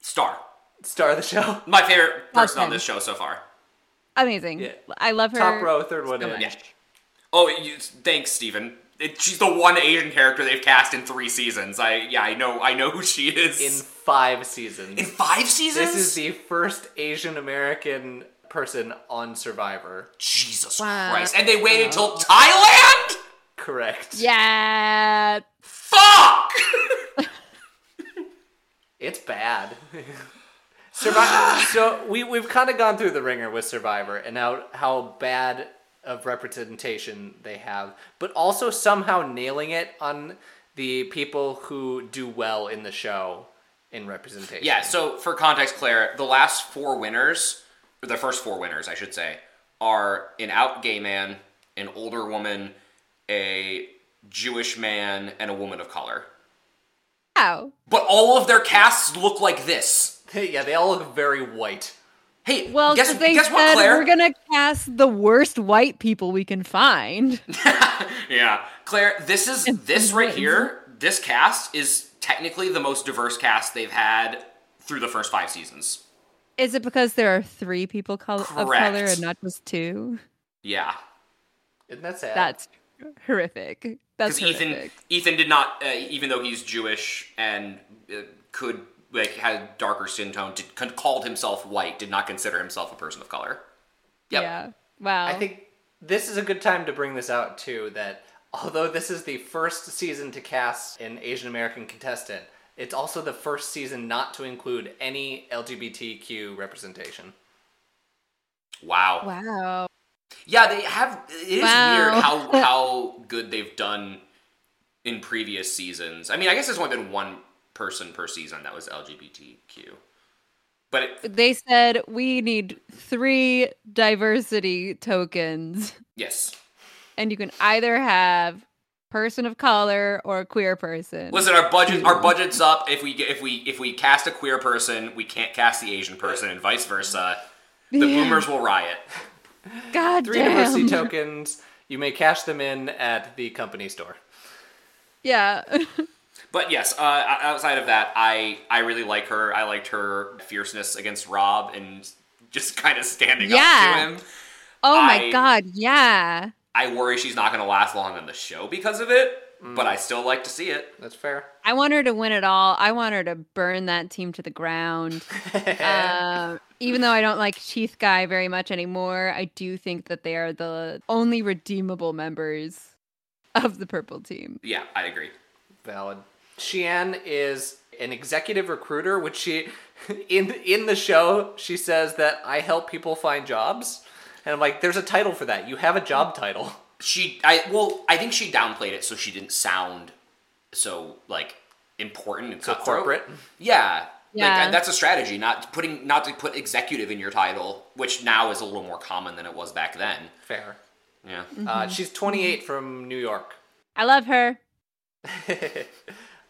S2: Star.
S1: star of the show.
S2: My favorite person on
S3: Awesome.
S2: this show so far.
S3: Amazing.
S1: Yeah.
S3: I love her.
S1: Top row, third one
S3: so
S1: in.
S3: much.
S2: Yeah. Oh, you, thanks, Steven. It, she's the one Asian character they've cast in three seasons. I yeah, I know, I know who she is.
S1: In five seasons.
S2: In five seasons.
S1: This is the first Asian American person on Survivor.
S2: Jesus
S3: Wow.
S2: Christ! And they waited till Thailand.
S1: Correct.
S3: Yeah.
S2: Fuck.
S1: It's bad. Survivor. so we we've kind of gone through the ringer with Survivor and how how bad of representation they have, but also somehow nailing it on the people who do well in the show in representation.
S2: yeah. So for context, Claire, the last four winners, or the first four winners, I should say, are an out gay man, an older woman, a Jewish man, and a woman of color.
S3: Wow.
S2: But all of their casts look like this.
S1: yeah, they all look very white.
S2: Hey,
S3: Well,
S2: guess,
S3: 'cause they
S2: guess
S3: said
S2: what, Claire?
S3: we're gonna cast the worst white people we can find.
S2: yeah, Claire, this is this right here. This cast is technically the most diverse cast they've had through the first five seasons.
S3: Is it because there are three people col- of color
S2: Correct.
S3: and not just two?
S2: Yeah,
S1: Isn't that sad?
S3: That's horrific. That's
S2: because Ethan
S3: horrific.
S2: Ethan did not, uh, even though he's Jewish and uh, could like had darker skin tone, did, con- called himself white, did not consider himself a person of color. Yep.
S3: Yeah. Wow.
S1: I think this is a good time to bring this out too. That although this is the first season to cast an Asian American contestant, it's also the first season not to include any LGBTQ representation.
S2: Wow.
S3: Wow.
S2: Yeah, they have. It is
S3: Wow.
S2: weird how how good they've done in previous seasons. I mean, I guess there's only been one person per season that was LGBTQ, but it,
S3: They said we need three diversity tokens,
S2: yes.
S3: and you can either have person of color or a queer person.
S2: Listen, our budget our budget's up. If we get if we if we cast a queer person, we can't cast the Asian person, and vice versa. The
S3: Yeah.
S2: boomers will riot.
S3: God
S1: Three
S3: damn.
S1: diversity tokens. You may cash them in at the company store.
S3: Yeah.
S2: But yes, uh, o- outside of that, I I really like her. I liked her fierceness against Rob and just kind of standing
S3: Yeah.
S2: up to him.
S3: Oh my
S2: I-
S3: god, yeah.
S2: I worry she's not going to last long on the show because of it,
S1: Mm.
S2: but I still like to see it.
S1: That's fair.
S3: I want her to win it all. I want her to burn that team to the ground. um, even though I don't like Chief Guy very much anymore, I do think that they are the only redeemable members of the purple team.
S2: Yeah, I agree.
S1: Valid. Shean is an executive recruiter, which she in in the show she says that I help people find jobs, and I'm like, there's a title for that. You have a job title.
S2: She, I well, I think she downplayed it so she didn't sound so like important and
S1: So
S2: cutthroat.
S1: corporate.
S2: Yeah,
S3: Yeah.
S2: Like, that's a strategy. Not putting, not to put executive in your title, which now is a little more common than it was back then.
S1: Fair.
S2: Yeah.
S3: Mm-hmm.
S1: Uh, she's 28 from New York.
S3: I love her.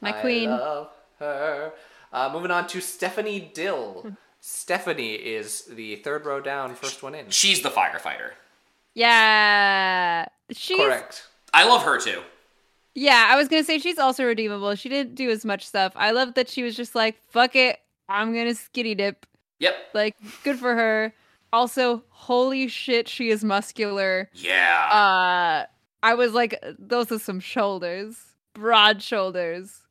S3: My
S1: I
S3: queen.
S1: love her. Uh, moving on to Stephanie
S3: Hmm.
S1: Dill. Stephanie is the third row down, first one in.
S2: She's the firefighter.
S3: Yeah. She's
S1: Correct.
S2: I love her too.
S3: Yeah, I was gonna say she's also redeemable. She didn't do as much stuff. I love that she was just like, fuck it, I'm gonna skinny dip.
S2: Yep.
S3: Like, good for her. Also, holy shit, she is muscular.
S2: Yeah.
S3: uh i was like those are some shoulders broad shoulders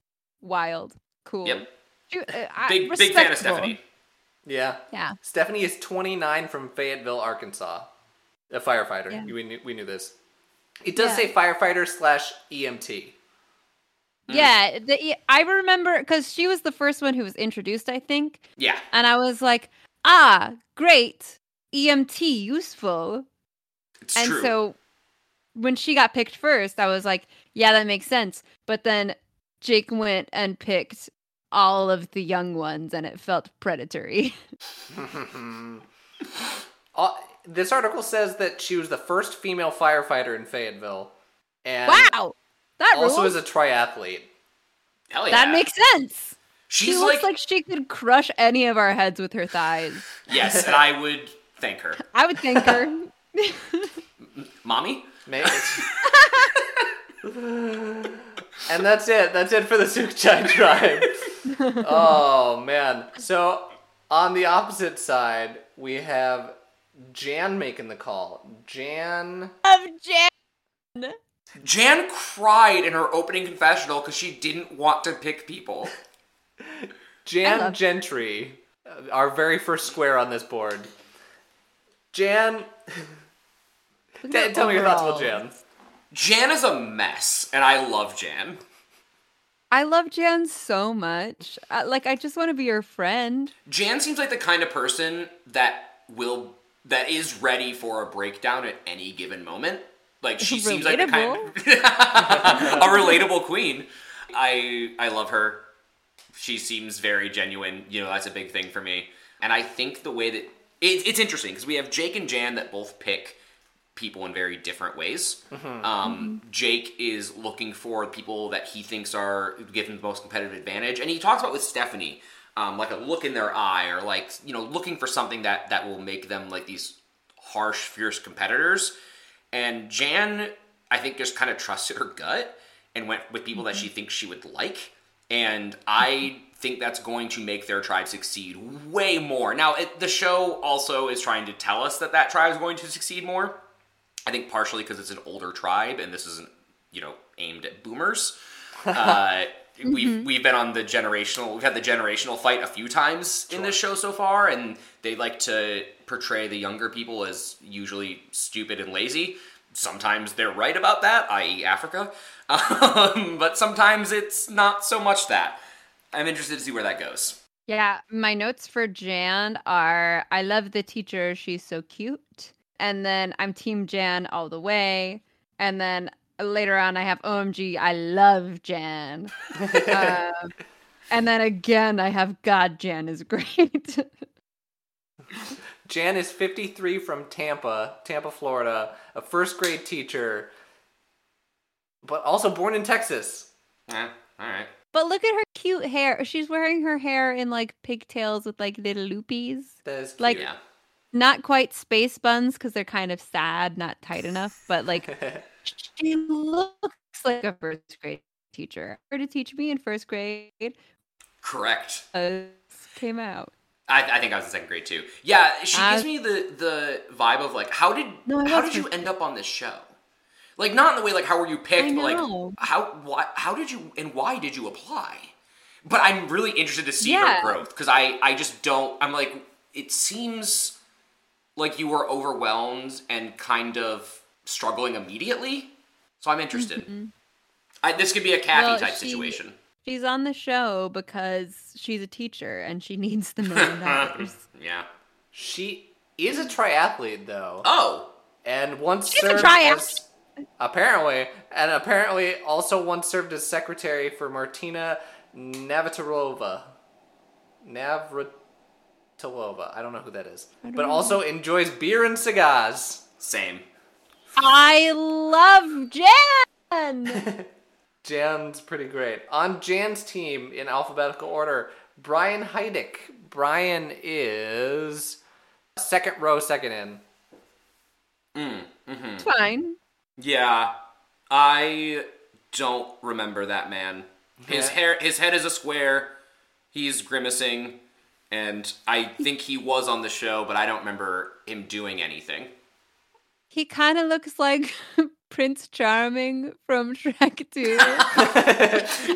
S3: wild Cool.
S2: Yep.
S3: Ju- uh, Oh, I-
S2: Big big fan
S3: respectable.
S2: of Stephanie.
S1: Yeah.
S3: Yeah.
S1: Stephanie is 29 from Fayetteville, Arkansas. A firefighter.
S3: Yeah.
S1: We, knew, we knew this. It does
S3: Yeah.
S1: say firefighter slash E EMT.
S2: Mm-hmm.
S3: Yeah, the, I remember because she was the first one who was introduced, I think,
S2: Yeah.
S3: and I was like, "Ah, great, EMT, useful."
S2: It's
S3: and
S2: true.
S3: so when she got picked first, I was like, "Yeah, that makes sense." But then Jake went and picked all of the young ones, and it felt predatory.
S1: Uh, this article says that she was the first female firefighter in Fayetteville. And
S3: wow, that
S1: also
S3: rules.
S1: is a triathlete.
S2: Hell yeah.
S3: that makes sense.
S2: She's
S3: she looks like she could crush any of our heads with her thighs.
S2: Yes, and I would thank her.
S3: I would thank her.
S2: Mommy?
S1: Maybe. and that's it. That's it for the Sukchai tribe. oh man. So on the opposite side, we have Jan making the call. Jan.
S3: of Jan.
S2: Jan cried in her opening confessional because she didn't want to pick people.
S1: Jan
S3: I love-
S1: Gentry, uh, our very first square on this board. Jan.
S3: Look
S1: T-
S3: at her
S1: tell me your thoughts about
S3: overalls.
S1: Jan.
S2: Jan is a mess, and I love Jan.
S3: I love Jan so much. I, like, I just want to be her friend.
S2: Jan seems like the kind of person that will that is ready for a breakdown at any given moment. Like she seems like the kind a relatable queen. I I love her. She seems very genuine. You know, that's a big thing for me. And I think the way that it, it's interesting because we have Jake and Jan that both pick people in very different ways. Um, Jake is looking for people that he thinks are give him the most competitive advantage, and he talks about with Stephanie, um, like a look in their eye, or like you know, looking for something that that will make them like these harsh, fierce competitors. And Jan, I think, just kind of trusted her gut and went with people that she thinks she would like. And I think that's going to make their tribe succeed way more. Now, it, the show also is trying to tell us that that tribe is going to succeed more. I think partially because it's an older tribe, and this isn't you know aimed at boomers. Uh, We've we've been on the generational. We've had the generational fight a few times in this show so far, and they like to portray the younger people as usually stupid and lazy. Sometimes they're right about that, i.e., Africa, um, but sometimes it's not so much that. I'm interested to see where that goes.
S3: Yeah, my notes for Jan are I love the teacher, she's so cute. And then I'm team Jan all the way. And then later on I have OMG, I love Jan. um, and then again I have God Jan is great.
S1: Jan is 53 from Tampa, Tampa, Florida, a first grade teacher, but also born in Texas.
S2: Eh, all right.
S3: but look at her cute hair. She's wearing her hair in like pigtails with like little loopies.
S1: That is cute.
S3: Like-
S2: Yeah.
S3: not quite space buns because they're kind of sad, not tight enough, but like she looks like a first grade teacher. Her to teach me in first grade
S2: Correct.
S3: uh, came out.
S2: I, I think I was in second grade too. Yeah, she
S3: I-
S2: gives me the the vibe of like, how did
S3: No, I
S2: how
S3: was
S2: did you
S3: first
S2: end up on this show? Like, not in the way like how were you picked,
S3: I
S2: but like
S3: know.
S2: how why how did you and why did you apply? But I'm really interested to see
S3: Yeah.
S2: her growth because I I just don't. I'm like, it seems like you were overwhelmed and kind of struggling immediately. So I'm interested. I, this could be a Kathy
S3: Mm-hmm. Well,
S2: type
S3: she-
S2: situation.
S3: She's on the show because she's a teacher and she needs the million dollars.
S2: Yeah.
S1: she is a triathlete, though,
S2: Oh,
S1: and once
S3: She's a
S1: served
S3: triath-
S1: as- apparently, and apparently also once served as secretary for Martina Navratilova. Navratilova, I don't know who that is, but also enjoys beer and cigars.
S2: same.
S3: I love Jan.
S1: Jan's pretty great. On Jan's team in alphabetical order, Brian Heidick. Brian is second row, second in.
S3: It's fine.
S2: Yeah, I don't remember that man. His
S1: Yeah.
S2: hair, his head is a square. He's grimacing, and I think he was on the show, but I don't remember him doing anything.
S3: He kind of looks like Prince Charming from Shrek 2.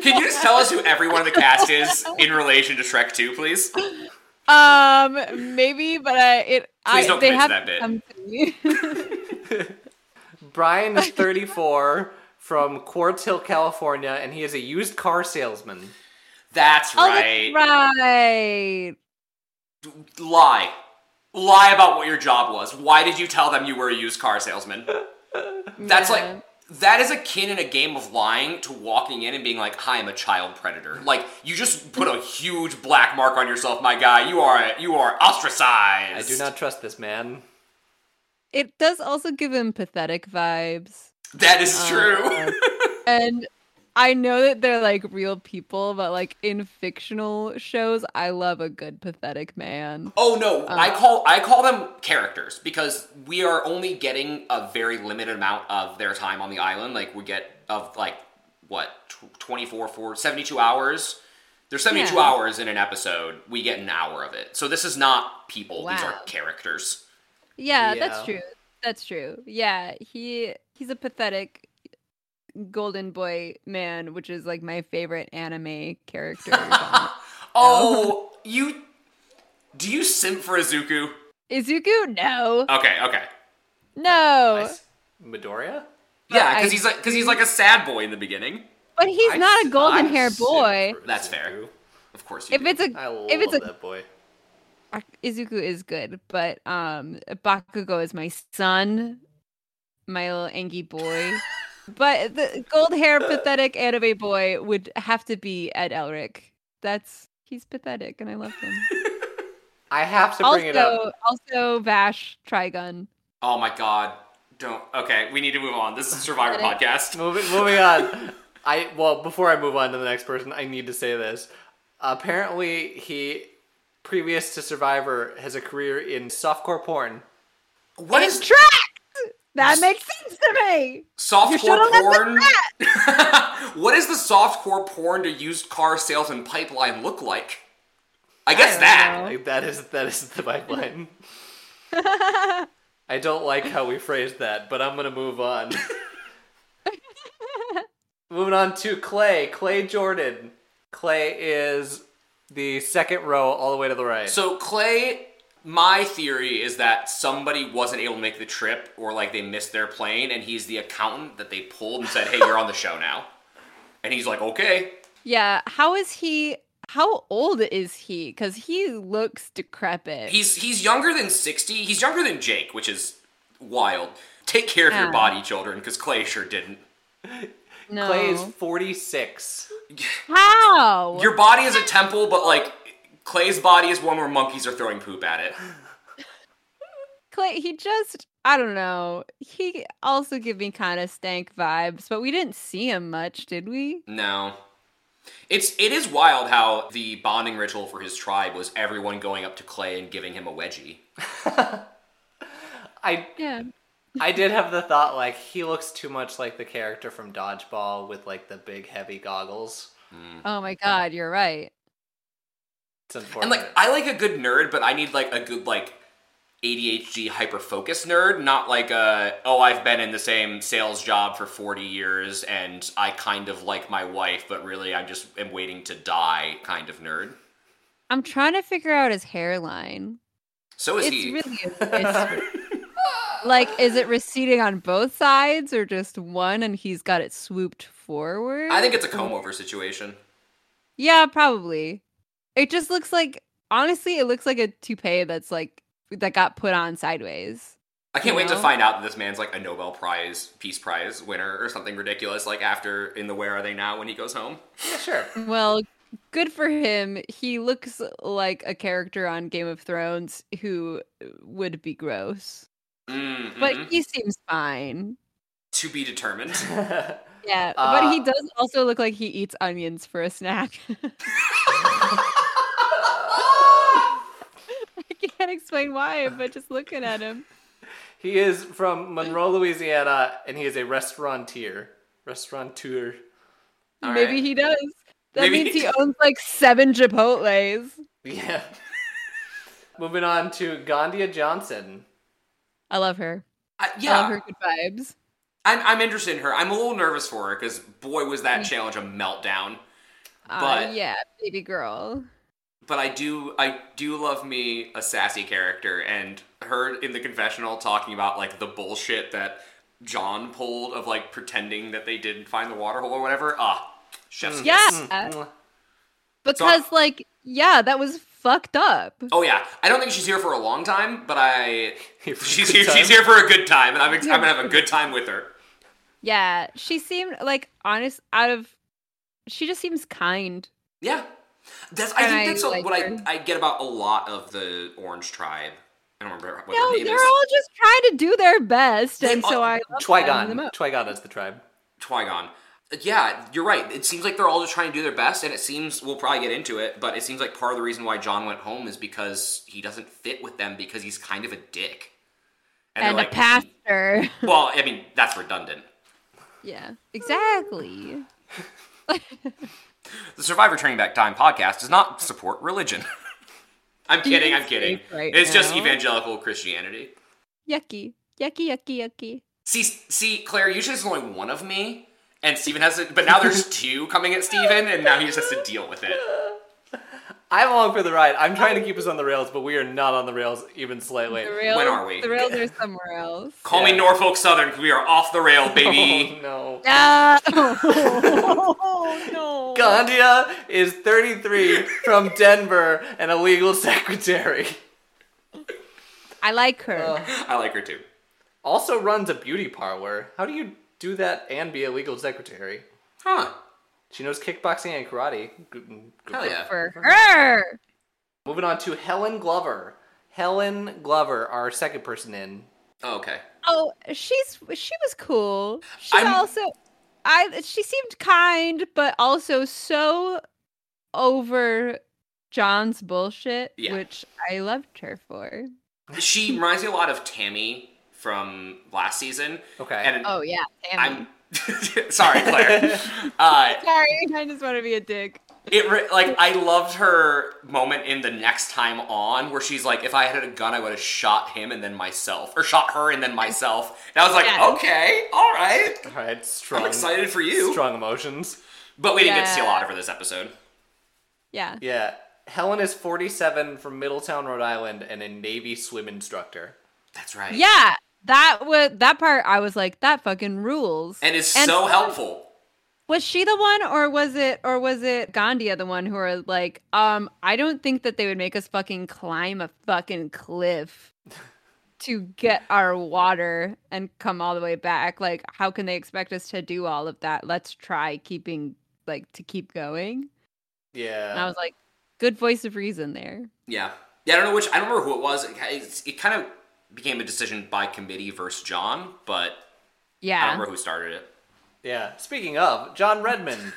S2: Can you just tell us who everyone in the cast is in relation to Shrek 2, please? Please
S3: um, maybe, but uh, it. I,
S2: don't
S3: they
S2: commit to that
S3: have
S2: bit.
S3: come to me.
S1: Brian is 34 from Quartz Hill, California, and he is a used car salesman.
S2: That's
S3: Oh,
S2: right.
S3: that's right.
S2: Lie. Lie about what your job was. Why did you tell them you were a used car salesman? That's
S3: Yeah.
S2: like that is akin in a game of lying to walking in and being like, "Hi, I'm a child predator." Like you just put a huge black mark on yourself, my guy. You are you are
S1: I
S2: ostracized.
S1: do not trust this man.
S3: It does also give him pathetic vibes.
S2: That is
S3: Um,
S2: true.
S3: and I know that they're like real people, but like in fictional shows, I love a good pathetic man.
S2: Oh no, I call I call them characters because we are only getting a very limited amount of their time on the island. Like we get of like what tw- 24 for 72 hours. There's 72
S3: Yeah.
S2: hours in an episode. We get an hour of it. So this is not people. These are
S3: Wow.
S2: characters.
S3: Yeah, that's
S1: Yeah.
S3: true. That's true. Yeah, he he's a pathetic golden boy man, which is like my favorite anime character.
S2: Oh, you do you simp for Izuku?
S3: Izuku? No,
S2: Okay, okay.
S3: no.
S1: Nice. Midoriya?
S2: Yeah,
S3: I
S2: because he's like because he's like a sad boy in the beginning.
S3: But he's
S1: I-
S3: not a golden
S1: I
S3: hair
S1: super
S3: boy.
S2: That's fair.
S1: do.
S2: Of course you.
S3: If
S2: do.
S3: it's a
S1: I love
S3: if it's a
S1: that boy.
S3: Izuku is good, but um Bakugo is my son, my little angie boy. but the gold hair pathetic anime boy would have to be Ed Elric. That's he's pathetic and I love him.
S1: I have to bring it up.
S3: also also Vash Trigun.
S2: oh my god. Don't. Okay, we need to move on. This is a Survivor
S3: Pathetic.
S2: podcast.
S1: Moving, moving on. I well, before I move on to the next person, I need to say this. Apparently, he previous to Survivor has a career in softcore porn.
S2: What is
S3: Tracked! That makes sense to me. You
S2: softcore
S3: should've listened
S2: porn? what is the softcore porn to used car sales and pipeline look like? I guess
S3: don't
S2: that.
S3: know.
S1: Like, that is that is the pipeline. I don't like how we phrased that, but I'm gonna move on. Moving on to Clay, Clay Jordan. Clay is the second row all the way to the right.
S2: So Clay, my theory is that somebody wasn't able to make the trip, or like they missed their plane, and he's the accountant that they pulled and said, "Hey, you're on the show now," and he's like, "Okay."
S3: Yeah, how is he how old is he? Cuz he looks decrepit.
S2: He's he's younger than sixty. He's younger than Jake, which is wild. Take care of your
S3: Yeah.
S2: body, children, because Clay sure didn't.
S3: no.
S1: Clay is 46.
S3: How?
S2: Your body is a temple, but like Clay's body is one where monkeys are throwing poop at it.
S3: Clay, he just, I don't know. He also give me kind of stank vibes, but we didn't see him much, did we?
S2: No. It's it is wild how the bonding ritual for his tribe was everyone going up to Clay and giving him a wedgie.
S1: I
S3: Yeah.
S1: I did have the thought like he looks too much like the character from Dodgeball with like the big heavy goggles.
S3: Oh my God, you're right.
S1: It's unfortunate.
S2: And like I like a good nerd, but I need like a good like ADHD hyper focus nerd, not like a oh I've been in the same sales job for 40 years and I kind of like my wife, but really I just am waiting to die kind of nerd.
S3: I'm trying to figure out his hairline.
S2: So is
S3: It's
S2: he.
S3: really a mystery. like, is it receding on both sides or just one and he's got it swooped forward?
S2: I think it's a comb over situation.
S3: Yeah, probably. It just looks like, honestly, it looks like a toupee that's like, that got put on sideways.
S2: I can't wait to
S3: No.
S2: find out that this man's like a Nobel Prize, Peace Prize winner or something ridiculous, like after in the Where Are They Now when he goes home.
S1: yeah, sure.
S3: Well, good for him. He looks like a character on Game of Thrones who uh, would be gross,
S2: mm
S3: but
S2: mhm.
S3: he seems fine.
S2: to be determined.
S3: Yeah,
S2: Uh
S3: but he does also look like he eats onions for a snack. I can't explain why, but just looking at him.
S1: he is from Monroe, Louisiana, and he is a restaurateur. Restaurateur.
S2: All
S3: Maybe
S2: right.
S3: he does. That
S2: Maybe
S3: means
S2: he
S3: he owns like seven Chipotle's.
S1: Yeah. Moving on to Gandia Johnson.
S3: I love her.
S2: I-
S3: I
S2: yeah,
S3: Um, love her good vibes.
S2: I'm, I'm interested in her. I'm a little nervous for her because boy was
S3: Mm.
S2: that challenge a meltdown.
S3: Uh,
S2: But-
S3: yeah, baby girl.
S2: But I do I do love me a sassy character and her in the confessional talking about like the bullshit that John pulled of like pretending that they didn't find the water hole or whatever. Ah, chef's
S3: Mm. Yeah,
S2: kiss.
S3: because like, yeah, that was fucked up.
S2: Oh yeah, I don't think she's here for a long time, but I
S1: Here for a
S2: she's
S1: good
S2: here,
S1: time.
S2: she's here for a good time, and I'm ex- I'm gonna have a good time with her.
S3: Yeah, she seemed like honest. Out of, she just seems kind.
S2: Yeah, that's I
S3: And
S2: think
S3: I
S2: that's a-
S3: like
S2: what
S3: her.
S2: I I get about a lot of the Orange Tribe. I don't remember what
S3: No,
S2: their name
S3: they're
S2: is.
S3: all just trying to do their best,
S2: They
S3: and so
S2: are-
S3: I love them the
S1: Trigon.
S3: most.
S1: Trigon is the tribe.
S2: Trigon. Yeah, you're right. It seems like they're all just trying to do their best, and it seems we'll probably get into it, but it seems like part of the reason why John went home is because he doesn't fit with them because he's kind of a dick.
S3: and
S2: they're "Mm-hmm."
S3: a pastor.
S2: Well, I mean that's redundant.
S3: yeah, exactly.
S2: The Survivor Turning Back Time podcast does not support religion. I'm kidding. I'm kidding.
S3: safe right
S2: it's just
S3: now.
S2: evangelical Christianity.
S3: Yucky, yucky, yucky, yucky.
S2: See, see, Claire. Usually there's only one of me, and Steven has it, but now there's two coming at Steven, and now he just has to deal with it.
S1: I'm along for the ride. I'm trying to keep us on the rails, but we are not on the rails even slightly.
S3: The rails,
S2: when are we?
S3: The rails are somewhere else.
S2: Call me
S1: Yeah.
S2: Norfolk Southern, 'cause we are off the rail,
S1: Oh
S2: baby.
S1: no.
S3: No. oh, no.
S1: Gandia is 33 from Denver and a legal secretary.
S3: I like her.
S2: I like her too.
S1: Also runs a beauty parlor. How do you do that and be a legal secretary?
S2: Huh?
S1: She knows kickboxing and karate. Good- mm, good
S2: Hell
S1: for
S2: yeah.
S3: for her.
S1: Moving on to Helen Glover. Helen Glover, our second person in.
S2: Oh, okay.
S3: Oh, she's she was cool. She
S2: I'm-
S3: also, I she seemed kind, but also so over John's bullshit,
S2: Yeah.
S3: which I loved her for.
S2: She reminds me a lot of Tammy from last season.
S1: Okay.
S2: And
S3: Oh yeah, Tammy.
S2: I'm sorry, Claire. Uh,
S3: Sorry, I just want to be a dick.
S2: It re- like I loved her moment in the next time on where she's like, if I had a gun, I would have shot him and then myself, or shot her and then myself. And I was like,
S3: Yeah.
S2: okay, all right,
S1: All right, strong.
S2: I'm excited for you.
S1: Strong emotions.
S2: But we didn't get to see a
S3: Yeah.
S2: lot of her this episode.
S3: Yeah.
S1: Yeah. Helen is 47 from Middletown, Rhode Island, and a Navy swim instructor.
S2: That's right.
S3: Yeah, that was that part. I was like, that fucking rules.
S2: and it's so helpful.
S3: Was she the one, or was it, or was it Gandia the one who are like, um, I don't think that they would make us fucking climb a fucking cliff to get our water and come all the way back. Like, how can they expect us to do all of that? Let's try keeping, like, to keep going.
S1: Yeah.
S3: And I was like, good voice of reason there.
S2: Yeah, yeah. I don't know which. I don't remember who it was. It, it's- it kind of became a decision by committee versus John, but I don't
S3: Yeah.
S2: remember who started it.
S1: yeah. Speaking of, John Redmond.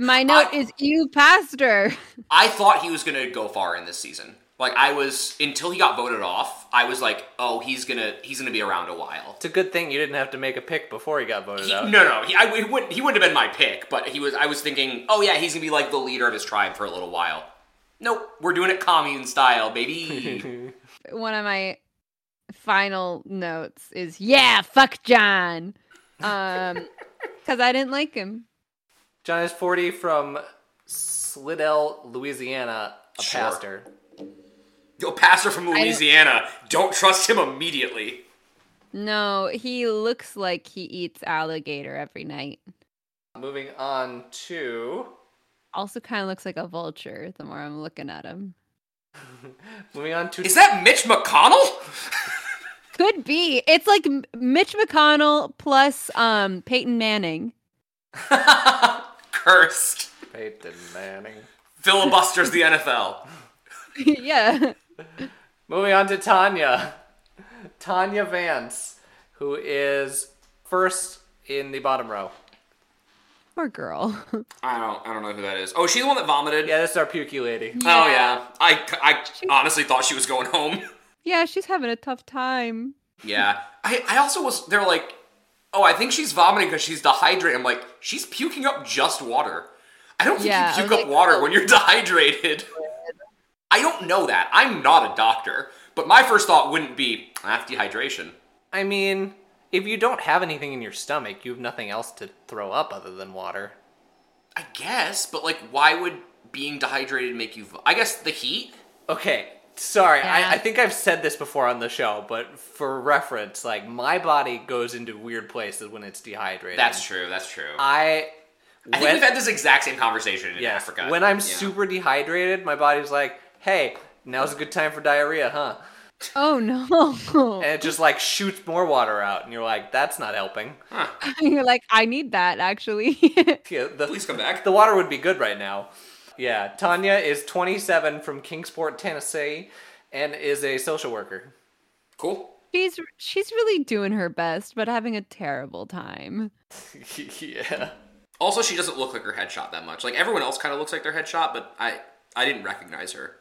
S3: My note
S2: I-
S3: is you, pastor.
S2: I thought he was gonna go far in this season. Like I was until he got voted off. I was like, oh, he's gonna he's gonna be around a while.
S1: it's a good thing you didn't have to make a pick before he got voted
S2: He-
S1: out.
S2: no, no, he, I, he wouldn't. He wouldn't have been my pick, but he was. I was thinking, oh yeah, he's gonna be like the leader of his tribe for a little while. Nope, we're doing it commune style, baby.
S3: one of my final notes is yeah, fuck John. Um cuz I didn't like him.
S1: John is 40 from Slidell, Louisiana, a
S2: Sure.
S1: pastor.
S2: Yo, pastor from Louisiana, don't trust him immediately.
S3: No, he looks like he eats alligator every night.
S1: Moving on to.
S3: Also kind of looks like a vulture the more I'm looking at him.
S1: Moving on to.
S2: Is that Mitch McConnell?
S3: Could be. It's like M- Mitch McConnell plus um Peyton Manning.
S2: Cursed
S1: Peyton Manning.
S2: filibusters the NFL.
S3: yeah.
S1: Moving on to Tanya. Tanya Vance, who is first in the bottom row.
S3: Poor girl.
S2: I don't. I don't know who that is. Oh, she's the one that vomited.
S1: Yeah, this is our pukey lady.
S2: Oh yeah, I, I honestly thought she was going home.
S3: Yeah, she's having a tough time.
S2: Yeah, I, I also was. They're like, oh, I think she's vomiting because she's dehydrated. I'm like, she's puking up just water. I don't think
S3: Yeah, I
S2: you puke
S3: was
S2: up
S3: like,
S2: water
S3: oh.
S2: when you're dehydrated. I don't know that. I'm not a doctor, but my first thought wouldn't be that's "Ah, dehydration.
S1: I mean, if you don't have anything in your stomach, you have nothing else to throw up other than water.
S2: I guess, but like, why would being dehydrated make you? vo- I guess the heat.
S1: Okay, sorry,
S3: Yeah.
S1: I, I think I've said this before on the show, but for reference, like my body goes into weird places when it's dehydrated.
S2: That's true. That's true. I,
S1: I.
S2: think
S1: when-
S2: we've had this exact same conversation in
S1: yes,
S2: Africa.
S1: When I'm
S2: Yeah.
S1: super dehydrated, my body's like, "Hey, now's a good time for diarrhea, huh?"
S3: Oh no.
S1: And it just like shoots more water out, and you're like, "That's not helping."
S2: Huh.
S3: You're like, I need that actually.
S1: Yeah, the,
S2: Please come back.
S1: The water would be good right now. Yeah, Tanya is 27 from Kingsport, Tennessee, and is a social worker.
S2: Cool.
S3: she's she's really doing her best, but having a terrible time.
S1: yeah.
S2: Also, she doesn't look like her headshot that much. Like everyone else, kind of looks like their headshot, but I I didn't recognize her.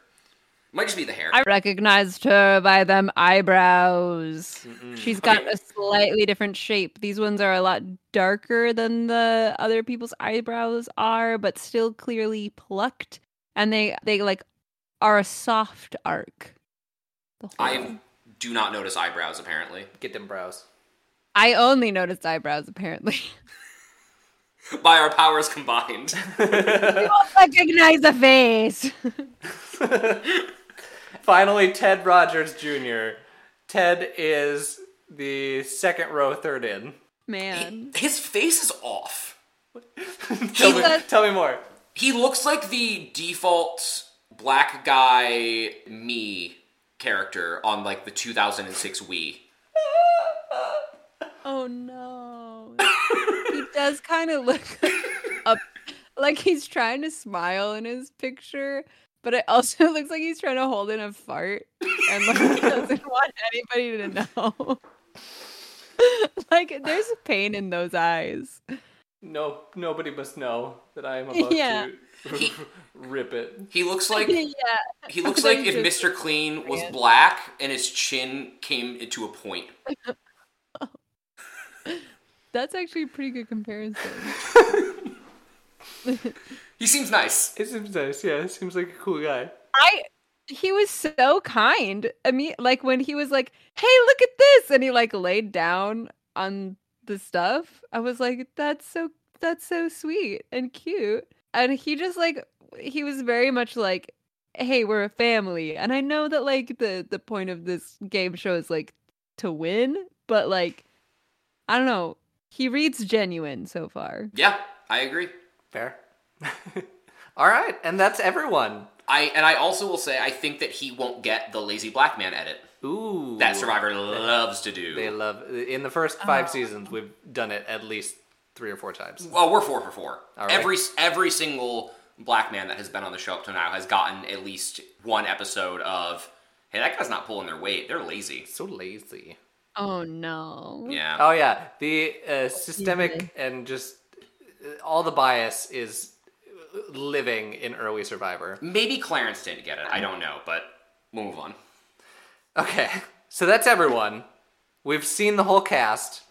S2: Might just be the hair.
S3: I recognized her by them eyebrows. She's got
S2: Okay.
S3: a slightly different shape. These ones are a lot darker than the other people's eyebrows are, but still clearly plucked. And they they like are a soft arc. The whole
S2: I
S3: way.
S2: do not notice eyebrows. Apparently,
S1: Get them brows.
S3: I only noticed eyebrows apparently.
S2: by our powers combined.
S3: I don't recognize a face.
S1: Finally, Ted Rogers Jr. Ted is the second row, third in.
S3: Man.
S2: His face is off.
S1: tell, me,
S3: a-
S1: tell me more.
S2: He looks like the default black guy me character on like the 2006 Wii.
S3: Oh no. he does kind of look up like he's trying to smile in his picture, but it also looks like he's trying to hold in a fart and like he doesn't want anybody to know. like there's pain in those eyes.
S1: No, nobody must know that I am about
S3: Yeah.
S1: to rip it.
S2: He looks like
S3: yeah.
S2: he looks
S3: They're
S2: like if
S3: just-
S2: Mr. Clean was
S3: Man.
S2: black and his chin came to a point.
S3: That's actually a pretty good comparison.
S2: He seems nice.
S1: It seems nice. Yeah, it seems like a cool guy.
S3: I he was so kind. I mean, like when he was like, "Hey, look at this," and he like laid down on the stuff. I was like, "That's so that's so sweet and cute." And he just like he was very much like, "Hey, we're a family." And I know that like the the point of this game show is like to win, but like I don't know. He reads genuine so far.
S2: Yeah, I agree.
S1: Fair. All right, and that's everyone.
S2: I and I also will say I think that he won't get the lazy black man edit
S1: Ooh.
S2: that Survivor loves to do.
S1: They love in the first five seasons. We've done it at least three or four times.
S2: Well, we're four for four.
S1: All right.
S2: Every every single black man that has been on the show up to now has gotten at least one episode of. Hey, that guy's not pulling their weight. They're lazy.
S1: So lazy.
S3: Oh no.
S2: Yeah.
S1: Oh yeah, the uh, systemic and just uh, all the bias is living in early Survivor.
S2: Maybe Clarence didn't get it. I don't know, but we'll move on.
S1: Okay, so that's everyone. We've seen the whole cast.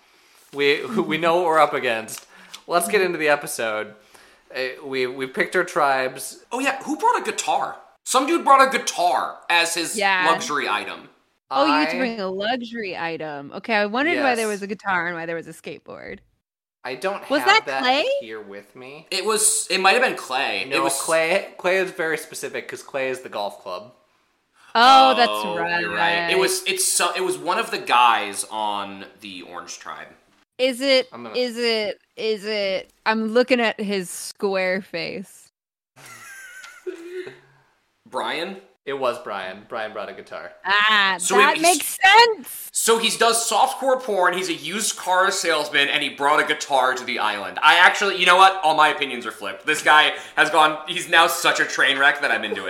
S1: We we know what we're up against. Let's get into the episode. Uh, we we picked our tribes.
S2: Oh yeah, who brought a guitar? Some dude brought a guitar as his
S3: Yeah.
S2: luxury item.
S3: Oh, you had
S1: I-
S3: to bring a luxury item. Okay, I wondered why there
S1: Yes.
S3: was a guitar and why there was a skateboard.
S1: I don't
S3: Was
S1: have
S3: that
S1: that,
S3: Clay?
S1: here with me.
S2: It was. It might have been clay.
S1: No,
S2: it was
S1: Clay. Clay is very specific because Clay is the golf club.
S3: Oh, that's
S2: you're
S3: right.
S2: It was. It's. So, it was one of the guys on the Orange Tribe.
S3: Is it?
S1: I'm gonna-
S3: Is it? Is it? I'm looking at his square face.
S2: Brian.
S1: It was Brian. Brian brought a guitar.
S3: Ah,
S2: So
S3: that
S2: it-
S3: makes sense.
S2: So he does softcore porn, he's a used car salesman, and he brought a guitar to the island. I actually, you know what? All my opinions are flipped. This guy has gone, he's now such a train wreck that I'm into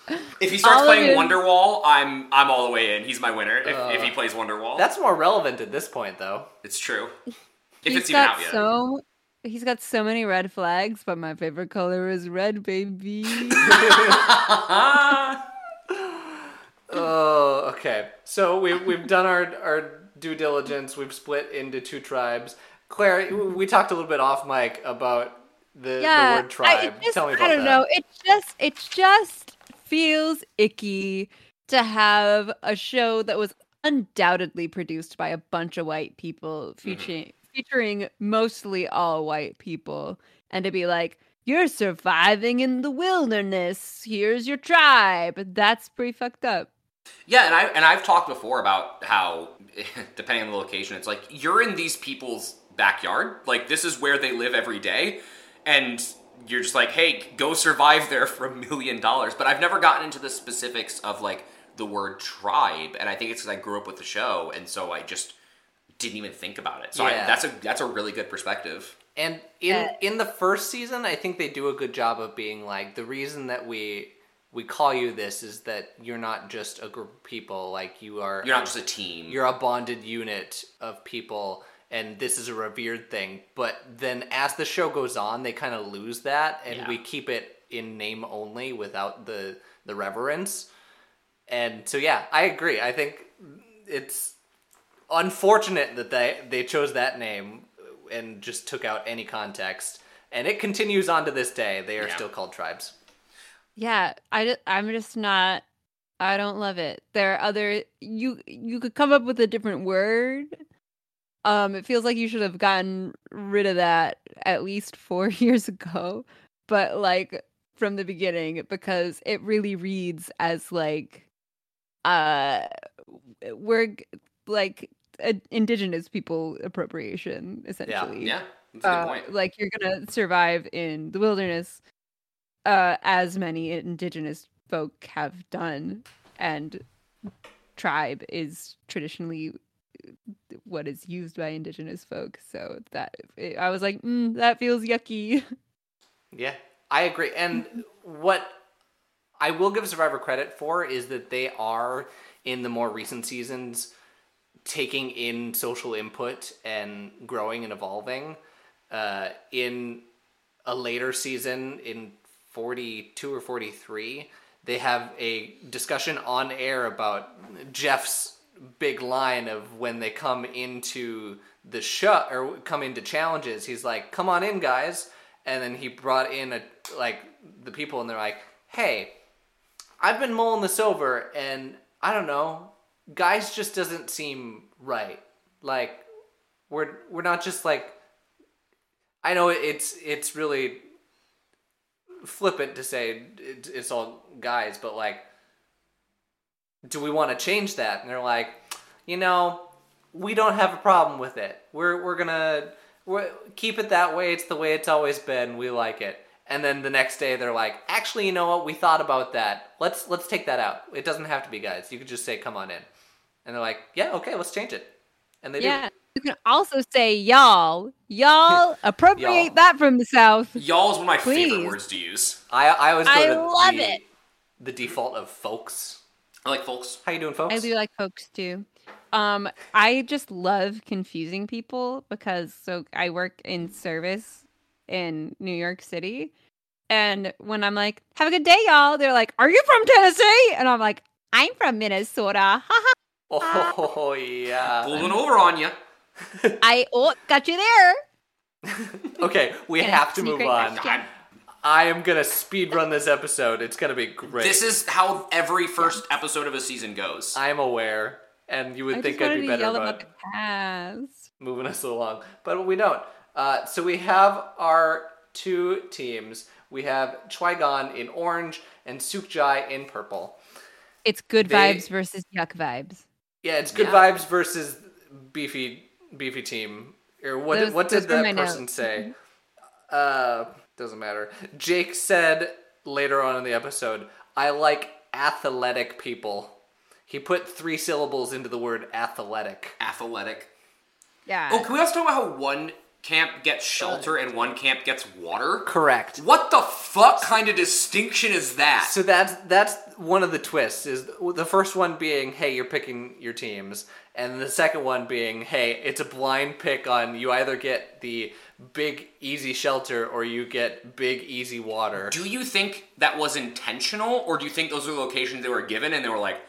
S2: it. If he starts
S3: All of
S2: playing
S3: his-
S2: Wonderwall, I'm I'm all the way in. He's my winner if, if he plays Wonderwall.
S1: That's more relevant at this point, though.
S2: it's true. If
S3: He's
S2: it's even
S3: got
S2: out yet.
S3: so. He's got so many red flags, but my favorite color is red, baby.
S1: Oh, okay. So we've we've done our our due diligence. We've split into two tribes. Claire, we talked a little bit off mic about the, the word
S3: I- it
S1: tribe.
S3: just-
S1: Tell me about
S3: I don't
S1: that.
S3: know. It just it just feels icky to have a show that was undoubtedly produced by a bunch of white people
S1: Mm-hmm.
S3: featuring featuring mostly all white people and to be like you're surviving in the wilderness here's your tribe that's pretty fucked up
S2: Yeah, and I and I've talked before about how depending on the location, it's like you're in these people's backyard. Like this is where they live every day, and you're just like, hey, go survive there for a million dollars. But I've never gotten into the specifics of like the word tribe, and I think it's because I grew up with the show, and so I just didn't even think about it. So I,
S1: Yeah.
S2: that's a that's a really good perspective.
S1: And in
S3: Uh,
S1: in the first season, I think they do a good job of being like the reason that we we call you this is that you're not just a group of people like you are
S2: You're not just a team.
S1: you're a bonded unit of people and this is a revered thing. But then as the show goes on, they kind of lose that and
S2: Yeah.
S1: we keep it in name only without the the reverence. And so yeah, I agree. I think it's unfortunate that they they chose that name and just took out any context. And it continues on to this day. They are
S2: Yeah.
S1: still called tribes.
S3: yeah i ju- i'm just not i don't love it there are other you you could come up with a different word um it feels like you should have gotten rid of that at least four years ago but like from the beginning because it really reads as like uh we're g- like a- indigenous people appropriation essentially
S2: yeah, that's a good
S3: uh,
S2: point.
S3: like you're gonna survive in the wilderness uh as many indigenous folk have done and tribe is traditionally uh, what is used by indigenous folk so that it, i was like mm, that feels yucky
S1: Yeah, I agree. And what I will give Survivor credit for is that they are in the more recent seasons taking in social input and growing and evolving. Uh, in a later season, in 42 or 43, they have a discussion on air about Jeff's big line of when they come into the show or come into challenges. He's like, come on in, guys. And then he brought in a, like the people and they're like, hey, I've been mulling this over, and I don't know, guys just doesn't seem right. Like we're we're not just like. I know it's it's really flippant to say it, it's all guys, but like, do we want to change that? And they're like, you know, we don't have a problem with it. We're we're gonna we're, keep it that way. It's the way it's always been. We like it. And then the next day they're like, actually, you know what? We thought about that. Let's let's take that out. It doesn't have to be guys. You could just say, come on in. And they're like, yeah, okay, let's change it. And they
S3: yeah you can also say y'all y'all appropriate that from the south
S2: Y'all is one of my favorite
S3: Please.
S2: words to use.
S1: do. I I always go
S3: I
S1: to
S3: love
S1: the,
S3: it.
S1: the default of folks.
S2: I like folks.
S1: How you doing, folks?
S3: I do like folks too. Um, I just love confusing people because so I work in service in New York City, and when I'm like, "Have a good day, y'all," they're like, "Are you from Tennessee?" And I'm like, "I'm from Minnesota." Ha ha!
S1: Oh yeah.
S2: Pulled one over on you.
S3: I oh, got you there.
S1: Okay, we
S3: Yeah,
S1: have to
S3: sneak
S1: move
S3: right
S1: on.
S3: back.
S2: God,
S1: I am gonna speed run this episode. It's gonna be great.
S2: This is how every first episode of a season goes.
S1: I'm aware, and you would
S3: I
S1: think I'd
S3: just wanted
S1: be
S3: to
S1: better
S3: yell
S1: about
S3: about the past.
S1: moving us along, but we don't. Uh, so we have our two teams. We have Chwygon in orange and Sukjai in purple.
S3: It's good
S1: They-
S3: vibes versus yuck vibes.
S1: Yeah, it's good
S2: Yeah.
S1: vibes versus beefy beefy team. Or what?
S3: Those-
S1: what did
S3: those were my
S1: that person
S3: notes. Mm-hmm.
S1: say? Uh, doesn't matter. Jake said later on in the episode, "I like athletic people." He put three syllables into the word athletic.
S2: Athletic.
S3: Yeah.
S2: Oh, can we also talk about how one camp gets shelter and one camp gets water?
S1: Correct.
S2: What the fuck kind of distinction is that?
S1: So that's that's one of the twists is the first one being hey you're picking your teams and the second one being hey it's a blind pick on you either get the big easy shelter or you get big easy water.
S2: do you think that was intentional, or do you think those are the locations they were given and they were like,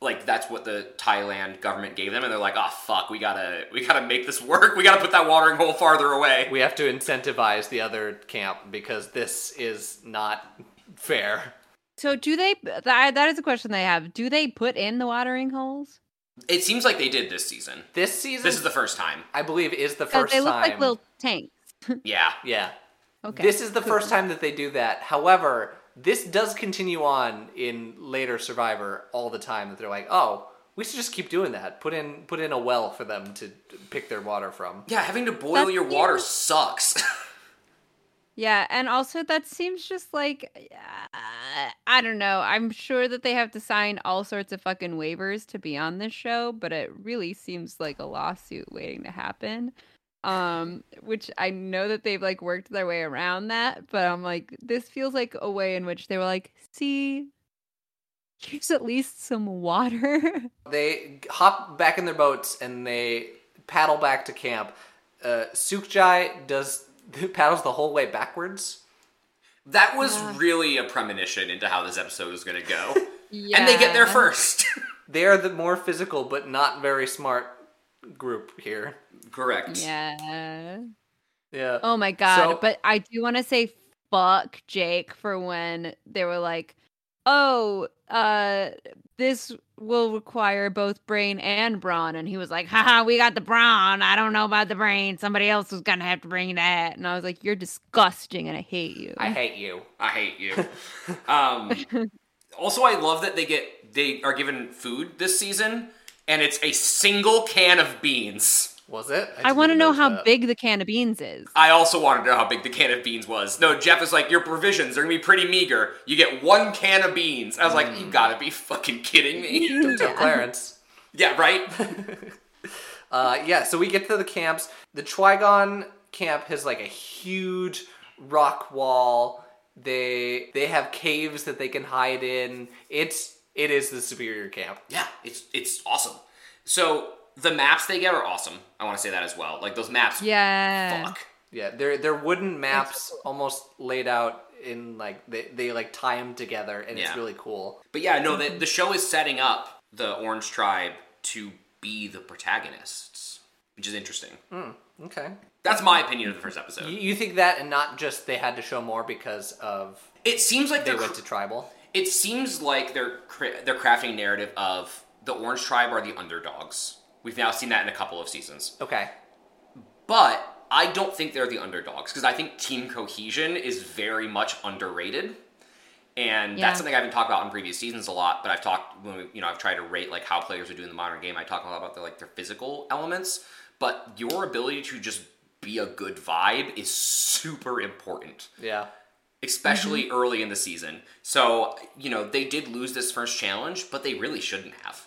S2: like that's what the Thailand government gave them, and they're like, oh fuck, we gotta, we gotta make this work. We gotta put that watering hole farther away.
S1: We have to incentivize the other camp because this is not fair.
S3: So do they? That, that is a question they have. Do they put in the watering holes?
S2: It seems like they did this season.
S1: This season,
S2: This is the first time.
S1: I believe, is the
S3: Because
S1: first
S3: they look
S1: time.
S3: like little tanks.
S2: Yeah.
S1: yeah.
S3: Okay.
S1: This is the first time that they do that. However, this does continue on in later Survivor all the time that they're like, "Oh, we should just keep doing that. Put in put in a well for them to pick their water from."
S2: Yeah, having to boil
S3: That's
S2: your
S3: cute.
S2: water sucks.
S3: Yeah, and also that seems just like uh, I don't know. I'm sure that they have to sign all sorts of fucking waivers to be on this show, but it really seems like a lawsuit waiting to happen. Um, which I know that they've like worked their way around that, but I'm like, this feels like a way in which they were like, see, here's at least some water.
S1: They hop back in their boats and they paddle back to camp. Uh, Sukjai does paddles the whole way backwards.
S2: that was really a premonition into how this episode was going to go.
S3: yeah.
S2: And they get there first.
S1: They are the more physical but not very smart group here.
S2: Correct.
S3: Yeah.
S1: Yeah.
S3: Oh my god!
S1: So-
S3: but I do want to say fuck Jake for when they were like, "Oh, uh, this will require both brain and brawn," and he was like, "Haha, we got the brawn. I don't know about the brain. Somebody else was gonna have to bring that." And I was like, "You're disgusting, and I hate you."
S1: I hate you.
S2: I hate you. Um, also, I love that they get they are given food this season, and it's a single can of beans.
S1: Was it?
S3: I
S1: didn't
S3: want to
S1: even
S3: know
S1: notice
S3: how
S1: that.
S3: big the can of beans is.
S2: I also wanted to know how big the can of beans was. No, Jeff is like, your provisions are gonna be pretty meager. You get one can of beans. I was like,
S3: Mm.
S2: you gotta be fucking kidding me.
S1: Don't tell Clarence.
S2: yeah, right?
S1: Uh, yeah, so we get to the camps. The Trigon camp has like a huge rock wall. They they have caves that they can hide in. It's it is the superior camp.
S2: Yeah, it's it's awesome. So the maps they get are awesome. I want to say that as well. Like those maps.
S3: Yeah.
S2: Fuck.
S1: Yeah, they're they're wooden maps almost laid out in like they, they like tie them together and
S2: Yeah.
S1: it's really cool.
S2: But yeah, no,
S1: Mm-hmm.
S2: the, the show is setting up the Orange Tribe to be the protagonists, which is interesting.
S1: Mm. Okay.
S2: That's my opinion of the first
S1: You,
S2: episode.
S1: you think that and not just they had to show more because of
S2: It seems like
S1: they
S2: they're
S1: went to tribal.
S2: it seems like they're cra- they're crafting a narrative of the Orange Tribe are the underdogs. We've now seen that in a couple of seasons,
S1: Okay.
S2: but I don't think they're the underdogs because I think team cohesion is very much underrated, and
S3: Yeah.
S2: that's something I haven't talked about in previous seasons a lot. But I've talked when we, you know I've tried to rate like how players are doing in the modern game. I talk a lot about their like their physical elements, but your ability to just be a good vibe is super important
S1: Yeah.
S2: especially
S3: Mm-hmm.
S2: early in the season. So, you know, they did lose this first challenge, but they really shouldn't have.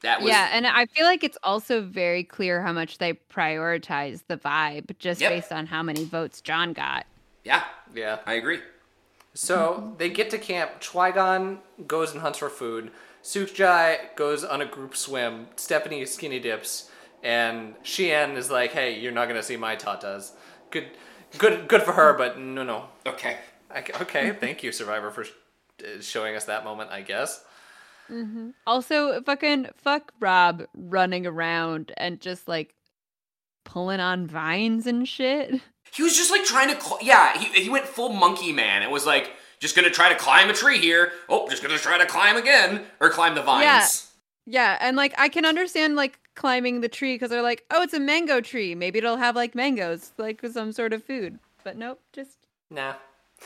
S2: That was
S3: Yeah, and I feel like it's also very clear how much they prioritize the vibe just
S2: Yep.
S3: based on how many votes John got.
S2: yeah,
S1: Yeah.
S2: I agree.
S1: So they get to camp. Trigon goes and hunts for food. Sukjai goes on a group swim. Stephanie skinny dips, and Shean is like, "Hey, you're not gonna see my tatas." Good, good, good for her, but no, no.
S2: Okay.
S1: I, okay, thank you, Survivor, for sh- uh, showing us that moment. I guess.
S3: Also, fucking fuck Rob running around and just like pulling on vines and shit.
S2: He was just like trying to cl- yeah, he he went full monkey man. It was like just going to try to climb a tree here. Oh, just going to try to climb again or climb the vines.
S3: Yeah. Yeah, and like I can understand like climbing the tree because they're like, oh, it's a mango tree. Maybe it'll have like mangoes, like with some sort of food. But nope, just
S1: Nah.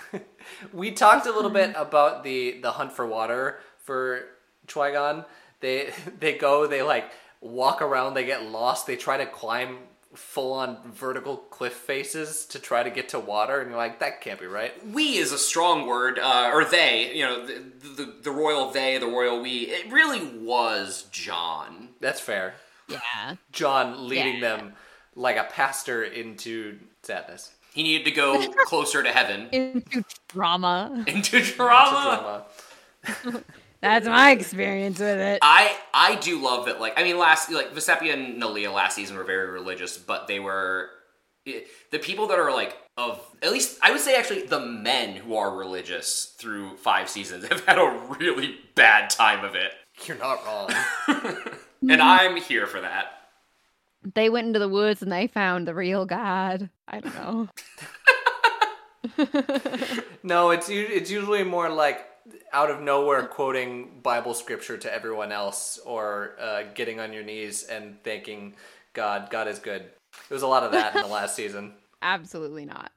S1: we talked a little bit about the the hunt for water for Trigon. They they go, they like walk around, they get lost, they try to climb full on vertical cliff faces to try to get to water and you're like that can't be right.
S2: we is a strong word, uh, or they, you know, the, the, the royal they, the royal we. It really was John.
S1: That's fair.
S3: yeah.
S1: John leading
S3: Yeah.
S1: them like a pastor into sadness.
S2: He needed to go closer to heaven.
S3: Into drama.
S2: Into
S1: It's a
S2: drama.
S1: drama.
S3: That's my experience with it.
S2: I I do love that. Like I mean, last like Vesepia and Nalia last season were very religious, but they were it, the people that are like of at least I would say actually the men who are religious through five seasons have had a really bad time of it,
S1: You're not wrong.
S2: and I'm here for that.
S3: They went into the woods and they found the real God. I don't know.
S1: No, it's u- it's usually more like out of nowhere quoting Bible scripture to everyone else or uh, getting on your knees and thanking God. God is good. There was a lot of that in the last season.
S3: Absolutely not.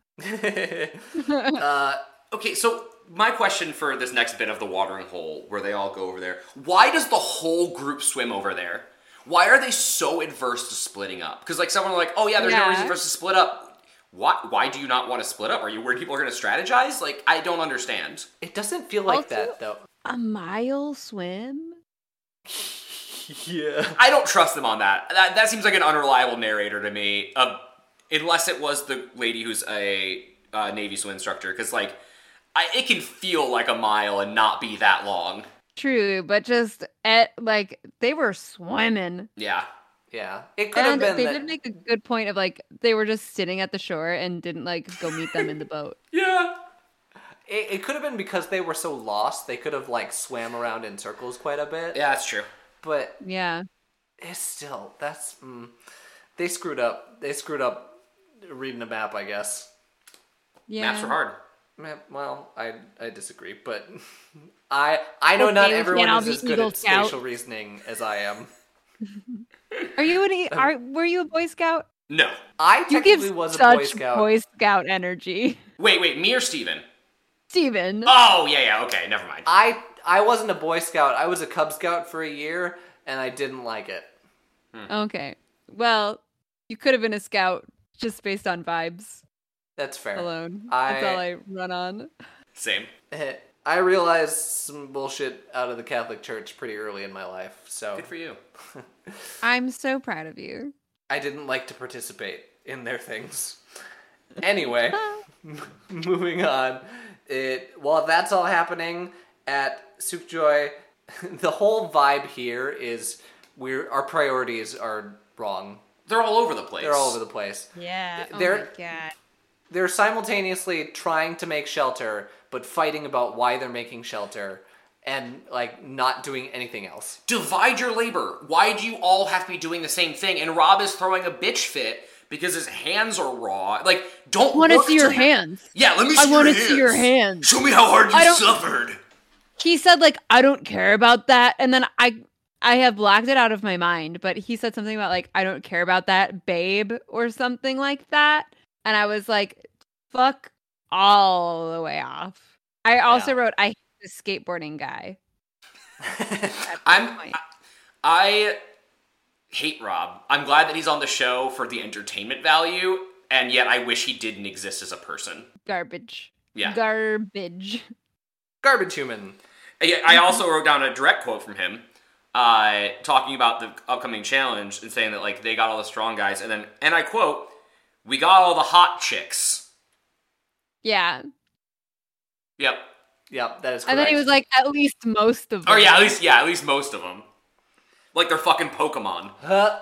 S1: uh,
S2: Okay, so my question for this next bit of the watering hole, where they all go over there, why does the whole group swim over there? Why are they so adverse to splitting up? Because like someone like, oh yeah, there's no
S3: Yeah.
S2: reason for us to split up. What? Why do you not want to split up? Are you worried people are going to strategize? Like, I don't understand.
S1: it doesn't feel like
S3: Also-
S1: that though.
S3: A mile swim?
S1: Yeah.
S2: I don't trust them on that. That that seems like an unreliable narrator to me. Uh, unless it was the lady who's a uh, Navy swim instructor, because like, I, it can feel like a mile and not be that long.
S3: True, but just at like they were swimming.
S2: Yeah.
S1: Yeah. It could have
S3: And
S1: been
S3: they
S1: that-
S3: did make a good point of like they were just sitting at the shore and didn't like go meet them in the boat.
S2: Yeah.
S1: It, it could have been because they were so lost. They could have like swam around in circles quite a bit.
S2: Yeah, that's true.
S1: But
S3: Yeah.
S1: it's still that's mm, they screwed up. They screwed up reading the map, I guess.
S3: Yeah.
S2: Maps are hard.
S1: Map, well, I I disagree, but I I know
S3: Okay,
S1: not
S3: we
S1: everyone
S3: can't all
S1: is
S3: be
S1: as good
S3: Eagle
S1: at
S3: Scout.
S1: spatial reasoning as I am.
S3: Are you an e- are were you a Boy Scout?
S2: No.
S1: I
S3: You
S1: technically
S3: give
S1: was a
S3: such
S1: Boy Scout.
S3: energy.
S2: Wait, wait, me or Steven?
S3: Steven.
S2: Oh, yeah, yeah, okay, never mind.
S1: I I wasn't a Boy Scout. I was a Cub Scout for a year, and I didn't like it. Mm.
S3: Okay. Well, you could have been a scout just based on vibes
S1: That's fair.
S3: alone. That's
S1: I-
S3: all I run on.
S2: Same.
S1: I realized some bullshit out of the Catholic Church pretty early in my life, so
S2: Good for you.
S3: I'm so proud of you.
S1: I didn't like to participate in their things. Anyway, moving on. It while that's all happening at Sukjoy, the whole vibe here is we're our priorities are wrong.
S2: They're all over the place.
S1: They're all over the place.
S3: Yeah.
S1: Th- oh there-
S3: god.
S1: They're simultaneously trying to make shelter, but fighting about why they're making shelter and like not doing anything else.
S2: Divide your labor. Why do you all have to be doing the same thing? And Rob is throwing a bitch fit because his hands are raw. Like, don't
S3: I want to
S2: work
S3: see your
S2: till you-
S3: hands.
S2: Yeah, let me see
S3: I
S2: want to
S3: see your hands.
S2: Show me how hard
S3: I
S2: you
S3: don't-
S2: suffered.
S3: He said like I don't care about that and then I I have blocked it out of my mind, but he said something about like I don't care about that babe or something like that and I was like fuck all the way off. I also
S1: Yeah.
S3: wrote I hate the skateboarding guy. at that
S2: I'm-
S3: point.
S2: I hate Rob. I'm glad that he's on the show for the entertainment value, and yet I wish he didn't exist as a person.
S3: garbage.
S2: Yeah.
S3: Garbage.
S1: Garbage human.
S2: Yeah, I also wrote down a direct quote from him, uh, talking about the upcoming challenge and saying that like they got all the strong guys, and then and I quote, "We got all the hot chicks."
S3: Yeah.
S2: Yep.
S1: Yep, that is correct.
S3: And then he was like, at least most of them.
S2: Or Oh, yeah, at least yeah, at least most of them. Like they're fucking Pokemon.
S1: Huh.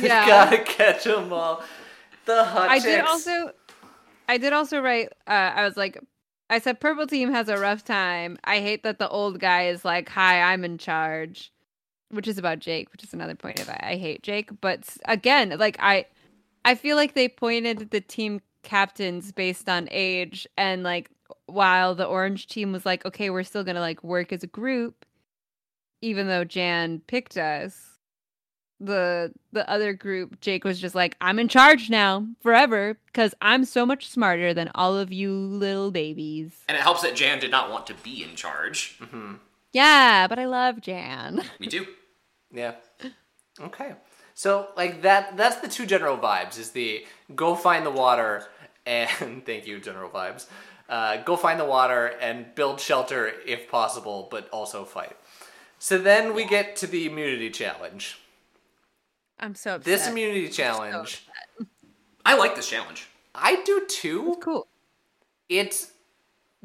S3: Yeah.
S1: Uh, Gotta catch 'em all. The hot
S3: I did
S1: chicks.
S3: also I did also write uh, I was like I said purple team has a rough time. I hate that the old guy is like, "Hi, I'm in charge." Which is about Jake, which is another point of I I hate Jake, but s- again, like I I feel like they pointed the team captains based on age and like while the orange team was like, "Okay, we're still going to like work as a group even though Jan picked us." the the other group jake was just like i'm in charge now forever because i'm so much smarter than all of you little babies
S2: And it helps that Jan did not want to be in charge.
S3: yeah but i love jan
S2: Me too.
S1: Yeah. Okay. So like that that's the two general vibes is the go find the water and thank you, general vibes. Uh, go find the water and build shelter if possible, but also fight. So then we get to the immunity challenge.
S3: i'm so upset
S1: This immunity challenge,
S2: I like this challenge.
S1: I do too.
S3: cool
S1: it's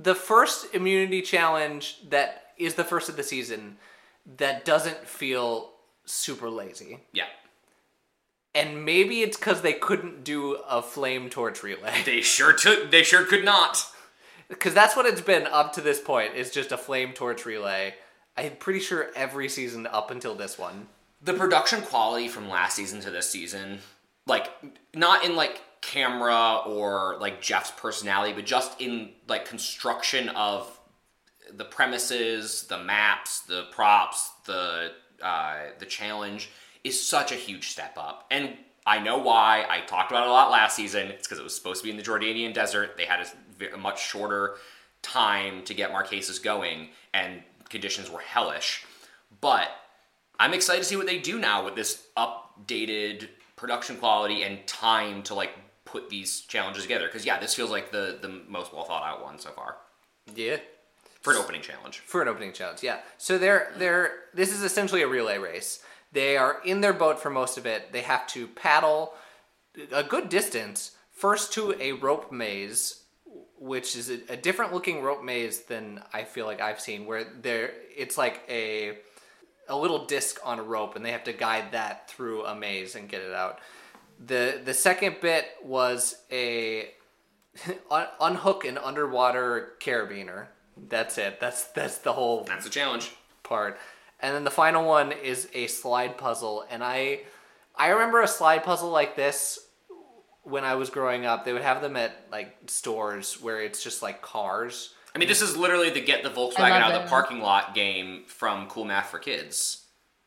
S1: the first immunity challenge that is the first of the season that doesn't feel super lazy.
S2: Yeah.
S1: And maybe it's because they couldn't do a flame torch relay.
S2: They sure took. They sure could not.
S1: Because that's what it's been up to this point, is just a flame torch relay. I'm pretty sure every season up until this one.
S2: the production quality from last season to this season, like not in like camera or like Jeff's personality, but just in like construction of the premises, the maps, the props, the uh, the challenge is such a huge step up. And I know why. I talked about it a lot last season. It's because it was supposed to be in the Jordanian desert. They had a, v- a much shorter time to get Marquesas going, and conditions were hellish. But I'm excited to see what they do now with this updated production quality and time to like put these challenges together. Because yeah, this feels like the the most well thought out one so far
S1: Yeah.
S2: for an opening challenge.
S1: For an opening challenge, yeah. So they're they're this is essentially a relay race. They are in their boat for most of it. They have to paddle a good distance first to a rope maze, which is a, a different looking rope maze than I feel like I've seen. Where there, it's like a a little disc on a rope, and they have to guide that through a maze and get it out. the The second bit was a un- unhook an underwater carabiner. That's it. That's that's the whole
S2: That's the challenge.
S1: part. And then the final one is a slide puzzle. And I I remember a slide puzzle like this when I was growing up. They would have them at like stores where it's just like cars.
S2: I mean, this is literally the get the Volkswagen
S3: I
S2: out
S3: love
S2: of the
S3: it.
S2: parking lot game from Cool Math for Kids.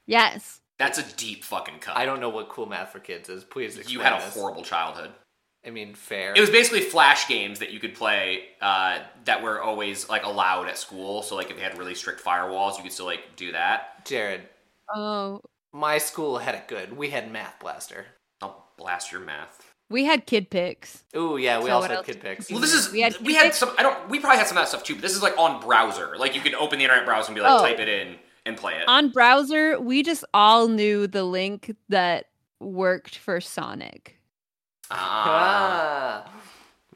S3: Yes.
S2: That's a deep fucking cut.
S1: I don't know what cool math for kids is. Please explain.
S2: you had a
S1: this.
S2: horrible childhood.
S1: I mean, fair.
S2: It was basically flash games that you could play uh, that were always like allowed at school. So like if they had really strict firewalls, you could still like do that.
S1: Jared.
S3: Oh,
S1: My school had it good. We had math blaster.
S2: I'll blast your math.
S3: we had kid picks.
S1: Ooh yeah, we
S3: So
S1: also
S3: what
S1: had
S3: else
S1: kid picks.
S3: did
S2: Well, this is we
S3: We
S2: had,
S3: had Cupid.
S2: some. I don't. We probably had some of that stuff too. But this is like on browser. Like you could open the internet browser and be like,
S3: Oh.
S2: type it in and play it.
S3: On browser, we just all knew the link that worked for Sonic.
S2: Ah.
S1: Ah.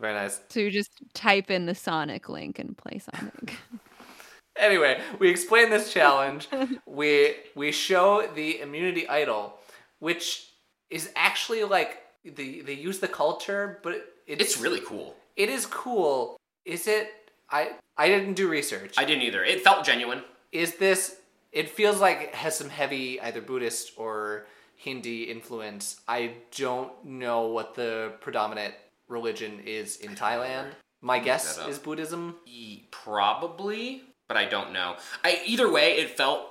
S1: Very nice.
S3: So you just type in the Sonic link and play Sonic.
S1: Anyway, we explain this challenge. we we show the immunity idol, which is actually like the they use the culture, but it,
S2: it's really cool.
S1: it is cool. Is it? I I didn't do research.
S2: I didn't either. It felt genuine.
S1: is this? It feels like it has some heavy either Buddhist or Hindi influence. I don't know what the predominant religion is in Thailand. My guess
S2: that up.
S1: is Buddhism.
S2: E- Probably, but I don't know. I either way, it felt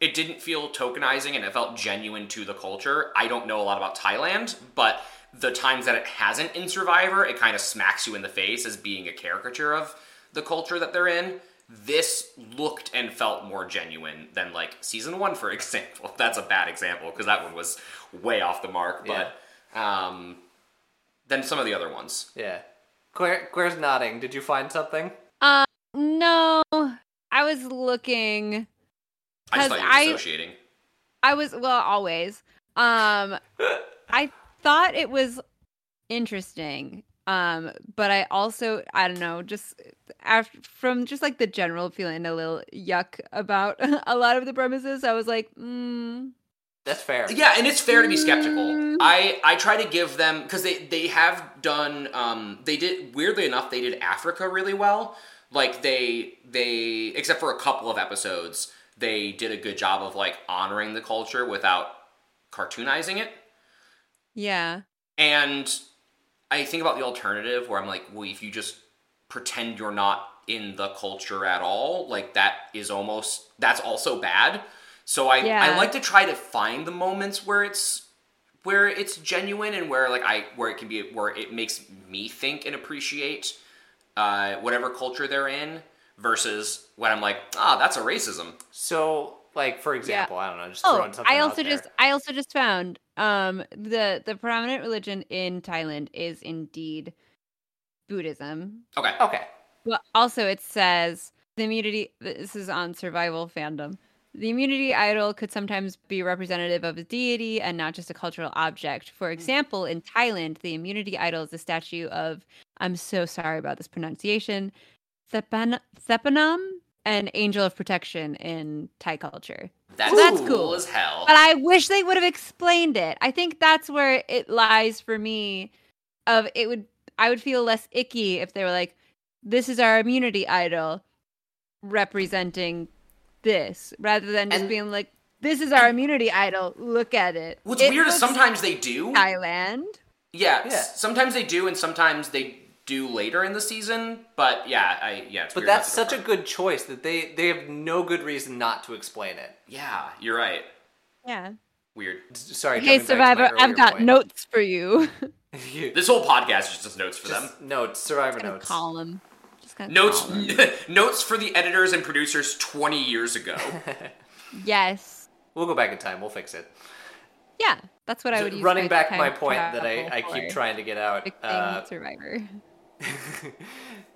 S2: it didn't feel tokenizing and it felt genuine to the culture. I don't know a lot about Thailand, but the times that it hasn't in Survivor, it kind of smacks you in the face as being a caricature of the culture that they're in. This looked and felt more genuine than like season one, for example. That's a bad example because that one was way off the mark, but um, than some of the other ones.
S1: Yeah. Claire, Claire's nodding. Did you find something?
S3: uh, no, I was looking.
S2: I just
S3: Has
S2: thought you were
S3: I-
S2: associating.
S3: I was well always. Um I thought it was interesting. Um but I also I don't know, just after from just like the general feeling a little yuck about a lot of the premises, I was like, mm,
S1: That's fair.
S2: Yeah, and it's fair to be skeptical.
S3: Mm.
S2: I I try to give them because they they have done um they did weirdly enough they did Africa really well. Like they they except for a couple of episodes they did a good job of like honoring the culture without cartoonizing it.
S3: yeah.
S2: And I think about the alternative where I'm like, well, if you just pretend you're not in the culture at all, like that is almost that's also bad. So I I
S3: Yeah.
S2: like to try to find the moments where it's where it's genuine and where like I where it can be where it makes me think and appreciate uh, whatever culture they're in versus when I'm like, ah, that's a racism.
S1: So, like for example, I don't know, just
S3: Oh,
S1: throwing something
S3: I also
S1: out there.
S3: just I also just found um the the predominant religion in Thailand is indeed Buddhism.
S2: Okay.
S1: okay.
S3: Well, also it says the immunity. This is on survival fandom. The immunity idol could sometimes be representative of a deity and not just a cultural object. For example, in Thailand, the immunity idol is a statue of. I'm so sorry about this pronunciation. Thepan- Thepanam, an angel of protection in Thai culture.
S2: That's,
S3: That's
S2: cool,
S3: cool.
S2: as hell.
S3: But I wish they would have explained it. I think that's where it lies for me. Of it would, I would feel less icky if they were like, "This is our immunity idol, representing this," rather than just
S1: And-
S3: being like, "This is our immunity idol. Look at it."
S2: What's
S3: It
S2: weird is
S3: looks
S2: sometimes they do.
S3: Thailand.
S2: Yeah,
S1: Yeah.
S2: s- sometimes they do, and sometimes they do later in the season. But yeah, I yeah. It's
S1: But
S2: weird not
S1: that's
S2: to
S1: such a
S2: confirm.
S1: good choice that they they have no good reason not to explain it.
S2: yeah. You're right.
S3: Yeah.
S2: Weird.
S1: S- Sorry, jumping
S3: Hey,
S1: back to my
S3: Survivor, I've
S1: earlier
S3: got
S1: point.
S3: notes for you.
S1: You-
S2: This whole podcast is just notes for them.
S1: just oh, notes, Survivor
S3: Got a
S1: notes.
S3: column. Just got a
S2: Notes,
S3: column.
S2: notes for the editors and producers twenty years ago.
S3: Yes.
S1: We'll go back in time. We'll fix it.
S3: Yeah. That's what I
S1: Ju-
S3: would use.
S1: running back
S3: time
S1: my point that I,
S3: travel
S1: I keep
S3: for
S1: trying to get out.
S3: fixing
S1: Uh,
S3: Survivor.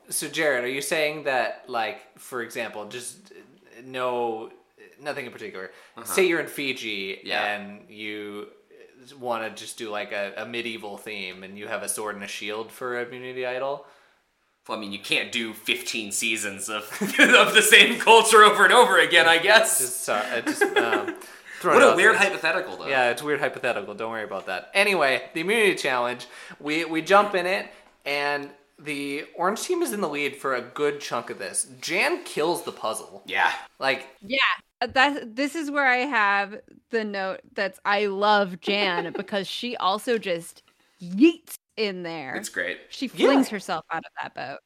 S1: so Jared, are you saying that like for example, just uh, no nothing in particular. Say you're in Fiji
S2: Uh-huh. Yeah.
S1: and you want to just do like a, a medieval theme and you have a sword and a shield for a immunity idol?
S2: Well, I mean, you can't do fifteen seasons of of the same culture over and over again. I guess.
S1: Just sorry, I just um, throwing
S2: What
S1: it
S2: a
S1: out
S2: weird
S1: there.
S2: hypothetical, though.
S1: Yeah, it's weird hypothetical. Don't worry about that. Anyway, the immunity challenge. We we jump in it, and the orange team is in the lead for a good chunk of this. Jan kills the puzzle.
S2: Yeah.
S1: Like
S3: Yeah. uh, That this is where I have the note that's I love Jan because she also just yeets in there.
S2: It's great.
S3: She
S1: Yeah.
S3: flings herself out of that boat.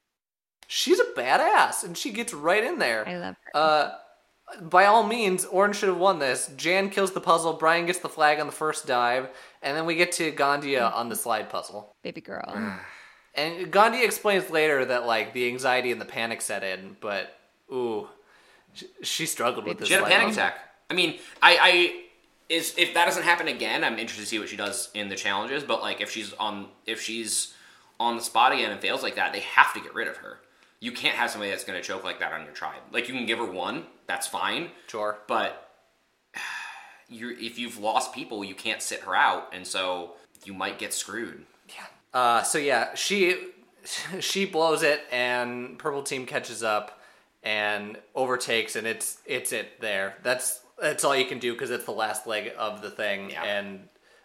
S1: she's a badass, and she gets right in there.
S3: I love her.
S1: Uh, by all means, Orange should have won this. Jan kills the puzzle. Brian gets the flag on the first dive, and then we get to
S3: Mm-hmm.
S1: Gandia on the slide puzzle.
S3: Baby girl.
S1: And Gandhi explains later that like the anxiety and the panic set in, but ooh, she, she struggled with this.
S2: She had a
S1: life
S2: panic
S1: moment.
S2: attack. I mean, I, I is if that doesn't happen again, I'm interested to see what she does in the challenges. But like, if she's on, if she's on the spot again and fails like that, they have to get rid of her. You can't have somebody that's going to choke like that on your tribe. Like, you can give her one, that's fine.
S1: Sure.
S2: But you, if you've lost people, you can't sit her out, and so you might get screwed.
S1: Uh, so yeah, she she blows it, and purple team catches up and overtakes, and it's it's it there. That's that's all you can do because it's the last leg of the thing,
S2: Yeah.
S1: and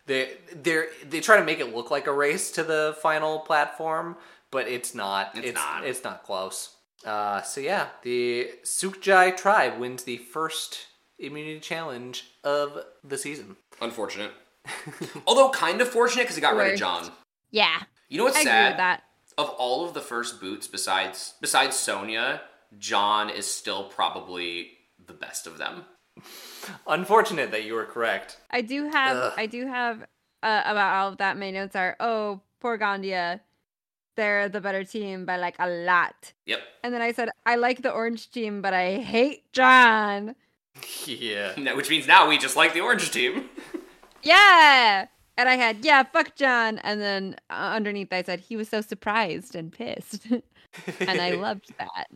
S1: they they they try to make it look like a race to the final platform, but it's not. It's,
S2: not.
S1: It's not close. Uh, so yeah, the Sukjai tribe wins the first immunity challenge of the season.
S2: Unfortunate. Although kind of fortunate because it got rid of
S3: Worst.
S2: John.
S3: Yeah.
S2: You know what's
S3: I
S2: sad?
S3: agree with that.
S2: of all of the first boots besides besides Sonia, John is still probably the best of them.
S1: Unfortunate that you were correct.
S3: I do have I do have uh, about all of that. My notes are oh poor Gandia, they're the better team by like a lot.
S2: Yep.
S3: And then I said I like the orange team, but I hate John.
S1: Yeah.
S2: That- Which means now we just like the orange team.
S3: Yeah. And I had yeah fuck John. And then uh, underneath I said he was so surprised and pissed, and I loved that.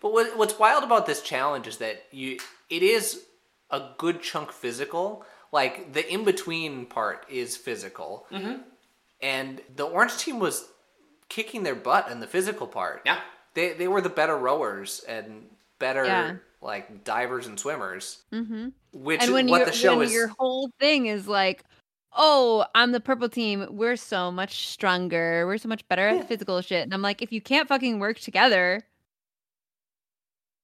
S1: But what, what's wild about this challenge is that you it is a good chunk physical. Like the in between part is physical, mm-hmm. and the orange team was kicking their butt in the physical part.
S2: Yeah.
S1: they they were the better rowers and better
S3: Yeah.
S1: like divers and swimmers. Mm-hmm. Which
S3: And
S1: is
S3: when
S1: what
S3: your
S1: the show
S3: when
S1: is.
S3: your whole thing is like. Oh, I'm the purple team. We're so much stronger. We're so much better at physical shit. And I'm like, if you can't fucking work together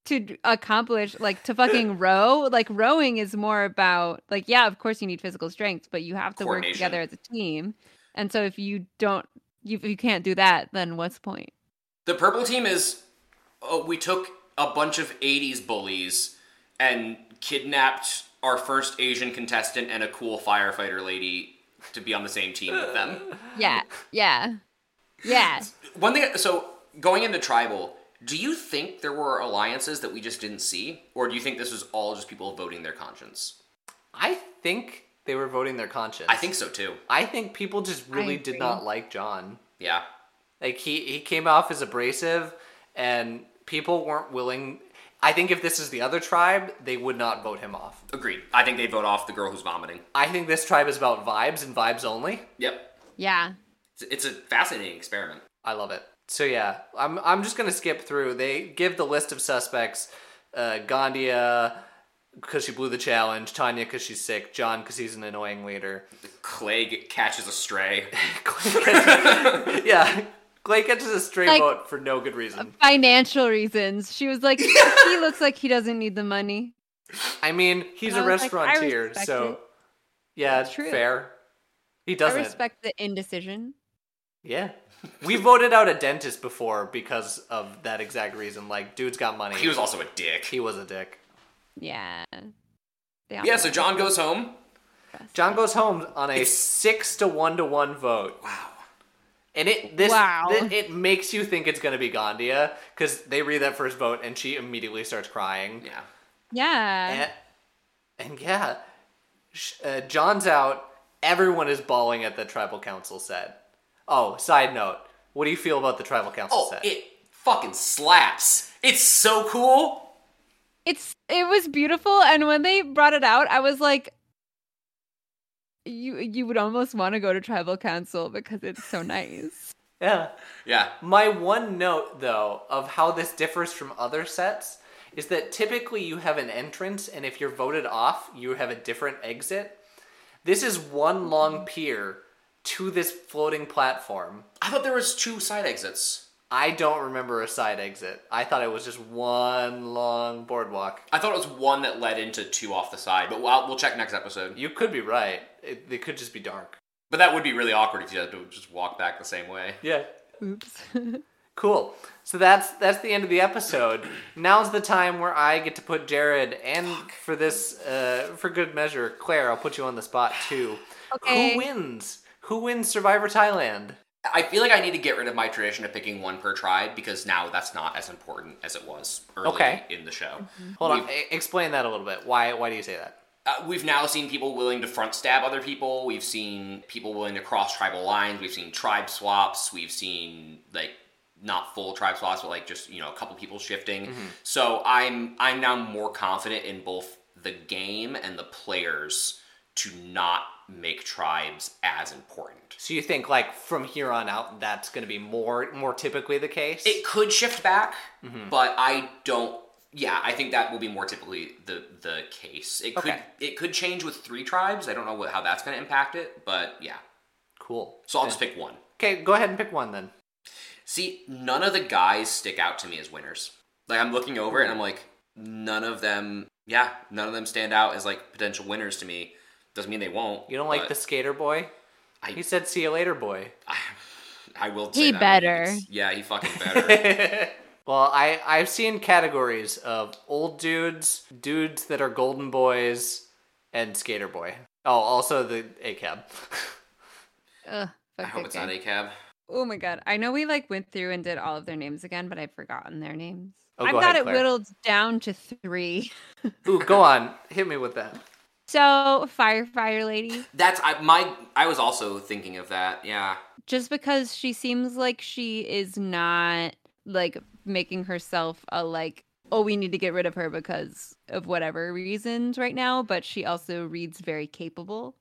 S3: to d- accomplish, like, to fucking row, like, rowing is more about, like, yeah, of course you need physical strength, but you have to work
S2: Coordination.
S3: together as a team. And so if you don't, you, if you can't do that, then what's the point?
S2: The purple team is oh, we took a bunch of 80s bullies and kidnapped our first Asian contestant and a cool firefighter lady to be on the same team with them.
S3: Yeah. Yeah. Yeah.
S2: One thing, so going into tribal, do you think there were alliances that we just didn't see? Or do you think this was all just people voting their conscience?
S1: I think they were voting their conscience.
S2: I think so too.
S1: I think people just really did
S3: agree.
S1: not like John.
S2: Yeah.
S1: Like he he came off as abrasive, and people weren't willing. I think if this is the other tribe, they would not vote him off.
S2: Agreed. I think they vote off the girl who's vomiting.
S1: I think this tribe is about vibes and vibes only.
S2: Yep.
S3: Yeah.
S2: It's, it's a fascinating experiment.
S1: I love it. So yeah, I'm I'm just gonna skip through. They give the list of suspects: uh, Gandia because she blew the challenge, Tanya because she's sick, John because he's an annoying leader.
S2: Clay g- catches a stray.
S1: yeah, Clay catches a stray
S3: Like-
S1: vote for no good reason.
S3: financial reasons. She was like, he looks like he doesn't need the money.
S1: I mean, he's
S3: I
S1: a
S3: was like, I
S1: restauranteer,
S3: respect
S1: so
S3: it.
S1: yeah,
S3: It's true.
S1: fair. He
S3: I
S1: doesn't.
S3: respect the indecision.
S1: Yeah. We voted out a dentist before because of that exact reason. Like, dude's got money.
S2: He was also a dick.
S1: He was a dick.
S3: Yeah. They
S2: Yeah,
S3: all-
S2: so John goes home.
S1: John goes home on a six to one to one vote. Wow. And it this
S3: Wow.
S1: thi- it makes you think it's gonna be Gandia because they read that first vote and she immediately starts crying.
S2: Yeah.
S3: Yeah.
S1: And, and yeah, sh- uh, John's out. Everyone is bawling at the tribal council set. Oh, side note, what do you feel about the tribal council
S2: Oh,
S1: set?
S2: it fucking slaps. It's so cool.
S3: It's it was beautiful and when they brought it out, I was like you you would almost want to go to tribal council because it's so nice.
S1: yeah.
S2: Yeah.
S1: My one note, though, of how this differs from other sets is that typically you have an entrance, and if you're voted off, you have a different exit. This is one long pier to this floating platform.
S2: I thought there was two side exits.
S1: I don't remember a side exit. I thought it was just one long boardwalk.
S2: I thought it was one that led into two off the side, but we'll, we'll check next episode.
S1: You could be right. It, it could just be dark.
S2: But that would be really awkward if you had to just walk back the same way.
S1: Yeah.
S3: Oops.
S1: Cool. So that's that's the end of the episode. Now's the time where I get to put Jared and for this uh, for good measure, Claire, I'll put you on the spot too.
S3: Okay.
S1: Who wins? Who wins Survivor Thailand?
S2: I feel like I need to get rid of my tradition of picking one per tribe because now that's not as important as it was early
S1: Okay.
S2: in the show.
S1: Hold on,
S2: We've-
S1: e- explain that a little bit. Why why do you say that?
S2: Uh, we've now seen people willing to front stab other people. We've seen people willing to cross tribal lines. We've seen tribe swaps. We've seen like not full tribe swaps, but like just you know a couple people shifting. So I'm I'm now more confident in both the game and the players to not make tribes as important.
S1: So you think like from here on out that's going to be more more typically the case?
S2: It could shift back, but I don't. Yeah, I think that will be more typically the the case. It could
S1: Okay.
S2: it could change with three tribes. I don't know what, how that's going to impact it, but yeah.
S1: cool.
S2: So I'll just pick one.
S1: Okay, go ahead and pick one then.
S2: See, none of the guys stick out to me as winners. Like I'm looking over it and I'm like, none of them. Yeah, none of them stand out as like potential winners to me. Doesn't mean they won't.
S1: You don't like
S2: but
S1: the skater boy?
S2: I-
S1: He said see you later, boy.
S2: I, I will.
S3: He
S2: say that. I think
S3: better.
S2: it's- Yeah, he fucking better.
S1: Well, I I've seen categories of old dudes, dudes that are golden boys, and skater boy. Oh, also the A cab.
S3: Ugh,
S2: I
S3: fuck
S2: hope
S3: that
S2: it's not
S3: guy.
S2: a cab.
S3: Oh my god. I know we like went through and did all of their names again, but I've forgotten their names.
S1: Oh,
S3: I've
S1: go
S3: got
S1: ahead,
S3: it
S1: Claire.
S3: whittled down to 3.
S1: Ooh, go on, hit me with that.
S3: So, firefighter lady,
S2: That's I my I was also thinking of that. Yeah.
S3: just because she seems like she is not like making herself a like oh we need to get rid of her because of whatever reasons right now, but she also reads very capable.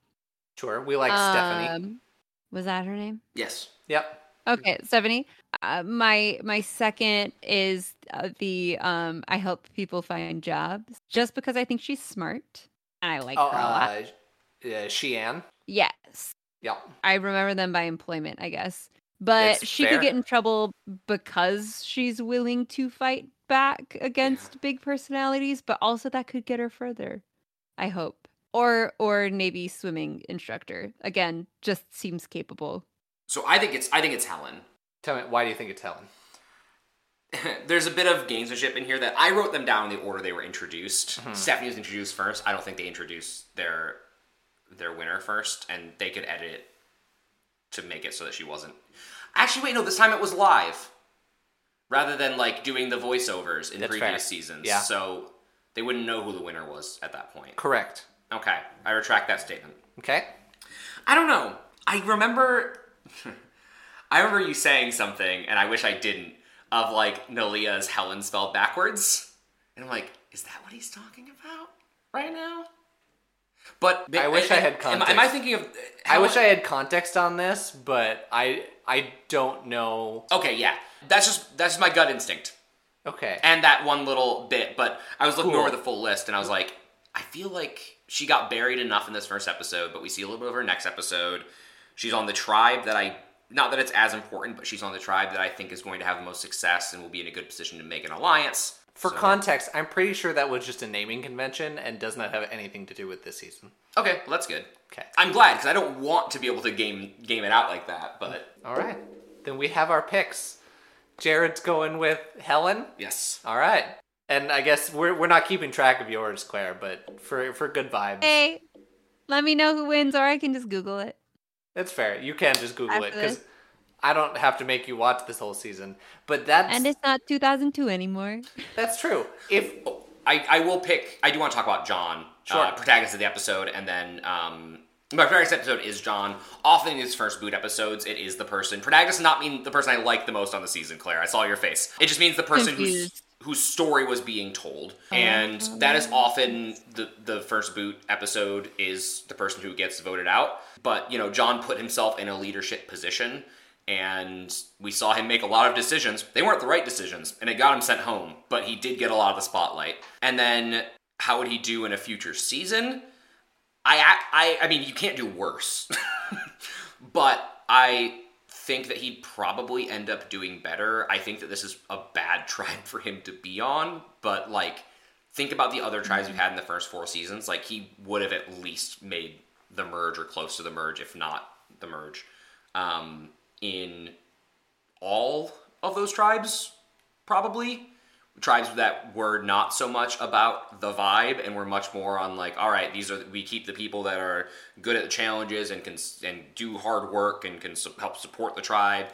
S1: Sure, we like Stephanie. Mm.
S3: Um, Was that her name?
S2: Yes.
S1: Yep.
S3: Okay, Stephanie. Uh, my my second is uh, the um I help people find jobs just because I think she's smart and I like
S1: Oh,
S3: her a lot.
S1: uh, uh, Shean.
S3: Yes,
S1: Yep.
S3: I remember them by employment, I guess. But
S2: That's
S3: she
S2: fair.
S3: could get in trouble because she's willing to fight back against big personalities, but also that could get her further. I hope. Or or maybe swimming instructor. Again, just seems capable.
S2: So I think it's I think it's Helen.
S1: Tell me, why do you think it's Helen?
S2: There's a bit of gamesmanship in here that I wrote them down in the order they were introduced.
S1: Mm-hmm.
S2: Stephanie was introduced first. I don't think they introduced their their winner first, and they could edit it to make it so that she wasn't. Actually, wait, no. This time it was live, rather than like doing the voiceovers in
S1: That's
S2: previous
S1: fair.
S2: seasons.
S1: Yeah.
S2: So they wouldn't know who the winner was at that point.
S1: Correct.
S2: Okay, I retract that statement.
S1: Okay.
S2: I don't know. I remember. I remember you saying something, and I wish I didn't. Of like Nalia's Helen spelled backwards, and I'm like, is that what he's talking about right now? But
S1: I wish I had
S2: Am, am I
S1: context.
S2: thinking of?
S1: I wish I had context on this, but I I don't know.
S2: Okay, yeah. That's just that's just my gut instinct,
S1: Okay.
S2: and that one little bit. But I was looking
S1: Cool.
S2: over the full list, and I was like, I feel like she got buried enough in this first episode, but we see a little bit of her next episode. She's on the tribe that I not that it's as important, but she's on the tribe that I think is going to have the most success and will be in a good position to make an alliance.
S1: For
S2: So-
S1: context, I'm pretty sure that was just a naming convention and does not have anything to do with this season.
S2: Okay, well, that's good.
S1: Okay.
S2: I'm glad because I don't want to be able to game game it out like that. But
S1: All right. Then we have our picks. Jared's going with Helen.
S2: yes,
S1: All right. And I guess we're, we're not keeping track of yours, Claire, but for, for good vibes.
S3: Hey, let me know who wins, or I can just Google it.
S1: That's fair. You can just Google it
S3: After
S1: because
S3: this.
S1: I don't have to make you watch this whole season. But that's
S3: And it's not 2002 anymore.
S1: that's true. If
S2: I, I will pick. I do want to talk about John,
S1: Sure.
S2: uh, protagonist of the episode, and then um, my protagonist episode is John. Often in his first boot episodes, it is the person. Protagonist does not mean the person I like the most on the season, Claire. I saw your face. It just means the person whose
S3: Confused.
S2: whose story was being told, and that is often the the first boot episode is the person who gets voted out. But you know, John put himself in a leadership position. And we saw him make a lot of decisions. They weren't the right decisions, and it got him sent home, but he did get a lot of the spotlight. And then how would he do in a future season? I I I mean, you can't do worse. but I think that he'd probably end up doing better. I think that this is a bad tribe for him to be on, but like think about the other tribes we've had in the first four seasons. Like he would have at least made the merge or close to the merge, if not the merge. Um in all of those tribes, probably. Tribes that were not so much about the vibe and were much more on like, all right, these are we keep the people that are good at the challenges and can s- and do hard work and can su- help support the tribe,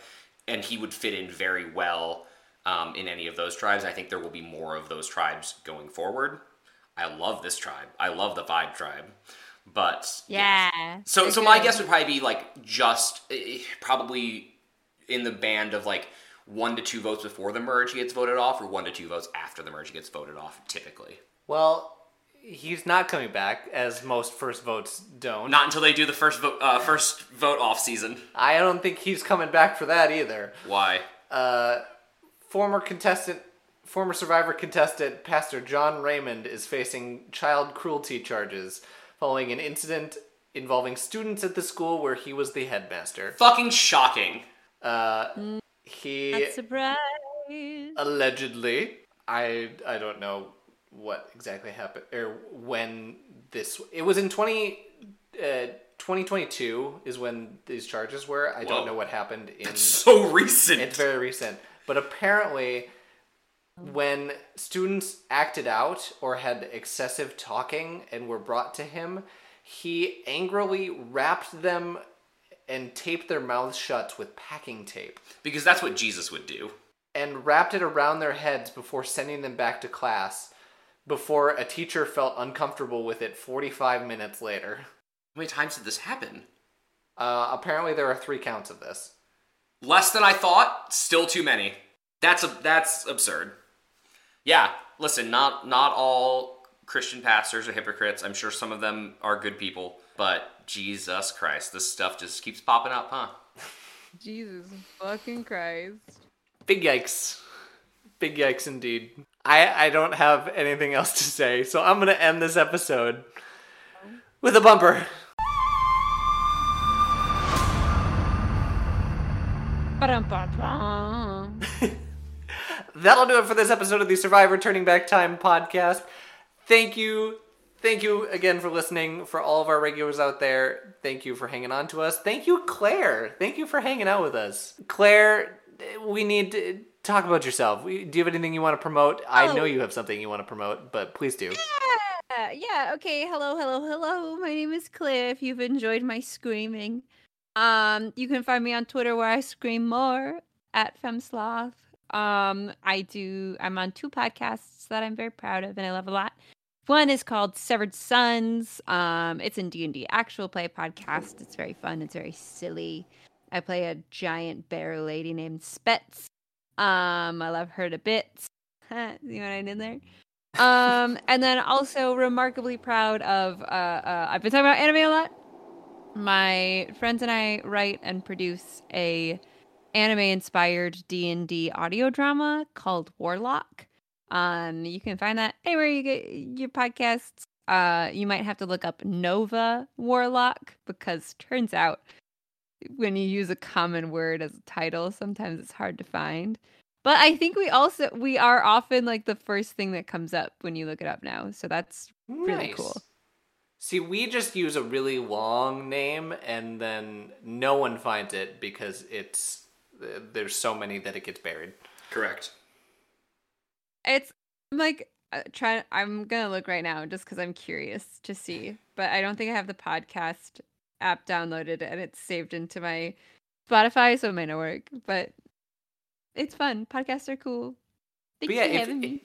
S2: and he would fit in very well um, in any of those tribes. I think there will be more of those tribes going forward. I love this tribe. I love the vibe tribe, but
S3: Yeah.
S2: so,
S3: they're
S2: so my
S3: good.
S2: guess would probably be like just eh, probably in the band of like one to two votes before the merge he gets voted off, or one to two votes after the merge he gets voted off. Typically,
S1: well, he's not coming back, as most first votes don't.
S2: not until they do the first vote, uh, first vote off season.
S1: I don't think he's coming back for that either.
S2: Why?
S1: Former contestant, former Survivor contestant Pastor John Raymond is facing child cruelty charges following an incident involving students at the school where he was the headmaster.
S2: Fucking shocking.
S1: He
S3: Not surprised.
S1: allegedly i i don't know what exactly happened or when this it was in 20 uh 2022 is when these charges were i
S2: Whoa.
S1: don't know what happened in
S2: So recent.
S1: it's very recent but apparently when students acted out or had excessive talking and were brought to him he angrily wrapped them and taped their mouths shut with packing tape
S2: because that's what Jesus would do.
S1: and wrapped it around their heads before sending them back to class before a teacher felt uncomfortable with it 45 minutes later.
S2: How many times did this happen?
S1: Uh, apparently, there are three counts of this.
S2: Less than I thought. Still too many. That's a, that's absurd. Yeah. Listen, not not all Christian pastors are hypocrites. I'm sure some of them are good people, but Jesus Christ, this stuff just keeps popping up, huh?
S3: Jesus fucking Christ.
S1: Big yikes. Big yikes indeed. I, I don't have anything else to say, so I'm going to end this episode with a bumper.
S3: Ba-dum-ba-dum.
S1: That'll do it for this episode of the Survivor Turning Back Time podcast. Thank you. Thank you again for listening. For all of our regulars out there, thank you for hanging on to us. Thank you, Claire. Thank you for hanging out with us. Claire, we need to talk about yourself. We- Do you have anything you want to promote? I
S3: Oh.
S1: know you have something you want to promote, but please do.
S3: Yeah, yeah, okay. Hello, hello, hello. My name is Claire. If you've enjoyed my screaming, um, you can find me on Twitter where I scream more at FemSloth. Um, I do. I'm on two podcasts that I'm very proud of and I love a lot. One is called Severed Sons. Um, it's in D and D actual play podcast. It's very fun. It's very silly. I play a giant bear lady named Spets. Um, I love her to bits. See what I did there? um, and then also remarkably proud of uh, uh, I've been talking about anime a lot. My friends and I write and produce a anime inspired D and D audio drama called Warlock. Um, you can find that anywhere you get your podcasts. Uh, you might have to look up Nova Warlock because turns out when you use a common word as a title, sometimes it's hard to find. But I think we also we are often like the first thing that comes up when you look it up now. So that's really
S1: Nice.
S3: cool.
S1: See, we just use a really long name and then no one finds it because it's th- there's so many that it gets buried.
S2: Correct.
S3: It's I'm like uh, trying. I'm gonna look right now just because I'm curious to see. But I don't think I have the podcast app downloaded and it's saved into my Spotify, so it might not work. But it's fun. Podcasts are cool.
S1: But
S3: Thanks
S1: yeah,
S3: for
S1: if-
S3: having me.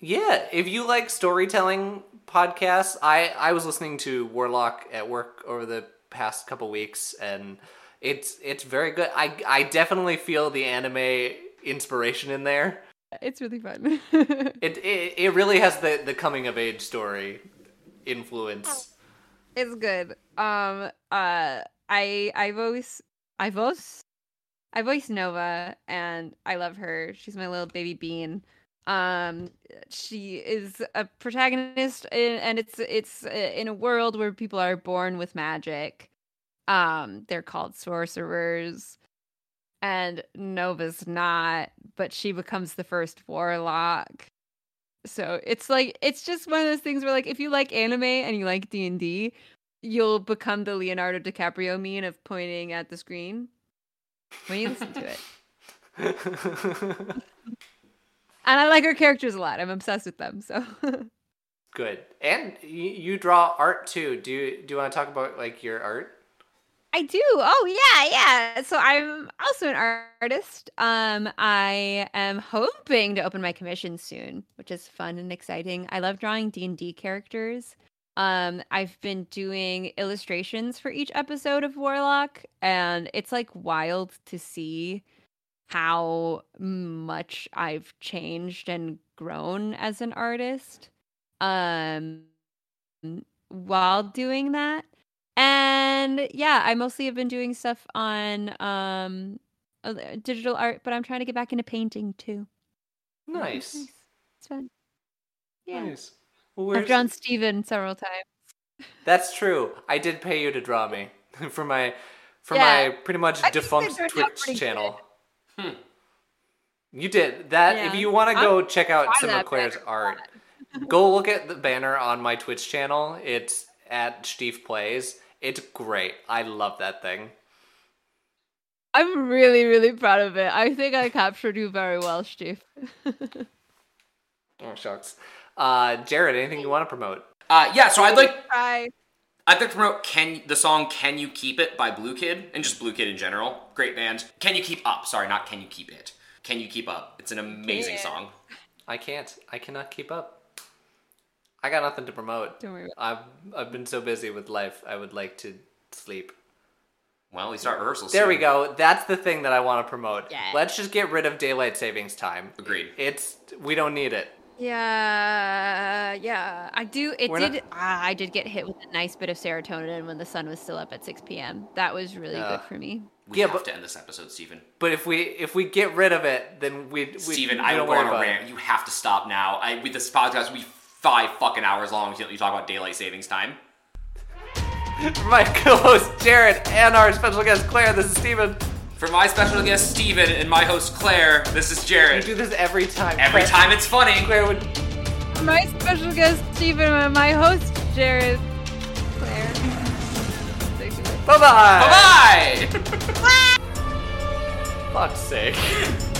S1: Yeah, if you like storytelling podcasts, I I was listening to Warlock at work over the past couple weeks, and it's it's very good. I I definitely feel the anime inspiration in there.
S3: It's really fun.
S1: It it, it really has the the coming of age story influence.
S3: it's good. Um. Uh. I I voice I voice I voice Nova, and I love her. She's my little baby bean. Um, she is a protagonist, in, and it's it's uh, in a world where people are born with magic. Um, they're called sorcerers, and Nova's not, but she becomes the first warlock. So it's like it's just one of those things where like if you like anime and you like D and D, you'll become the Leonardo DiCaprio mean of pointing at the screen when you listen to it. And I like her characters a lot. I'm obsessed with them. So
S1: good, and you, you draw art too. Do you, do you want to talk about like your art?
S3: I do. Oh yeah, yeah. So I'm also an ar- artist. Um, I am hoping to open my commission soon, which is fun and exciting. I love drawing D and D characters. Um, I've been doing illustrations for each episode of Warlock, and it's like wild to see how much I've changed and grown as an artist. Um, while doing that and yeah i mostly have been doing stuff on um uh, digital art but i'm trying to get back into painting too And it's
S1: Nice,
S3: it's fun yeah
S1: nice. Well,
S3: i've
S1: we're-
S3: drawn steven several times
S1: That's true. I did pay you to draw me for my for
S3: Yeah.
S1: my pretty much
S3: I think they
S1: defunct
S3: turned out pretty
S1: Twitch
S3: good.
S1: channel.
S2: Hmm.
S1: You did that. If
S3: Yeah.
S1: you want to go check out
S3: proud
S1: some
S3: of
S1: of
S3: that
S1: Claire's
S3: banner.
S1: art, go look at the banner on my Twitch channel. It's at Steve Plays. It's great. I love that thing.
S3: i'm really really proud of it i think i captured you very well steve
S1: Oh shucks. Uh, Jared, anything you want to promote?
S2: Uh, yeah, so I'd like
S3: Bye.
S2: I'd like to promote can the song "Can You Keep It" by Blue Kid and just Blue Kid in general. Great band. "Can You Keep Up"? Sorry, not "Can You Keep It." "Can You Keep Up"? It's an amazing
S3: Yeah.
S2: song.
S1: I can't. I cannot keep up. I got nothing to promote.
S3: don't worry about
S1: I've I've been so busy with life. I would like to sleep.
S2: Well, we start rehearsals.
S1: There we
S2: soon.
S1: go. That's the thing that I want to promote.
S3: Yeah.
S1: Let's just get rid of daylight savings time.
S2: Agreed.
S1: It's we don't need it.
S3: yeah yeah i do it
S1: We're not-
S3: did ah, i did get hit with a nice bit of serotonin when the sun was still up at 6 p.m that was really
S1: Yeah.
S3: good for me
S2: We
S1: Yeah,
S2: have
S1: but-
S2: to end this episode, Stephen.
S1: But if we if we get rid of it, then we we
S2: Steven,
S1: we
S2: I
S1: don't
S2: want
S1: worry
S2: to
S1: about it.
S2: rant. You have to stop now. I, with this podcast, we five fucking hours long. You you talk about daylight savings time.
S1: For my co-host Jared and our special guest Claire, this is Steven.
S2: For my special guest Steven and my host Claire, this is
S1: We
S2: Jared.
S1: do this every time.
S2: Every
S1: Claire-
S2: time it's funny.
S1: Claire would
S3: my special guest Stephen and my host Jared Claire. Thank you.
S1: bye bye.
S2: Bye bye.
S1: Fuck's sake.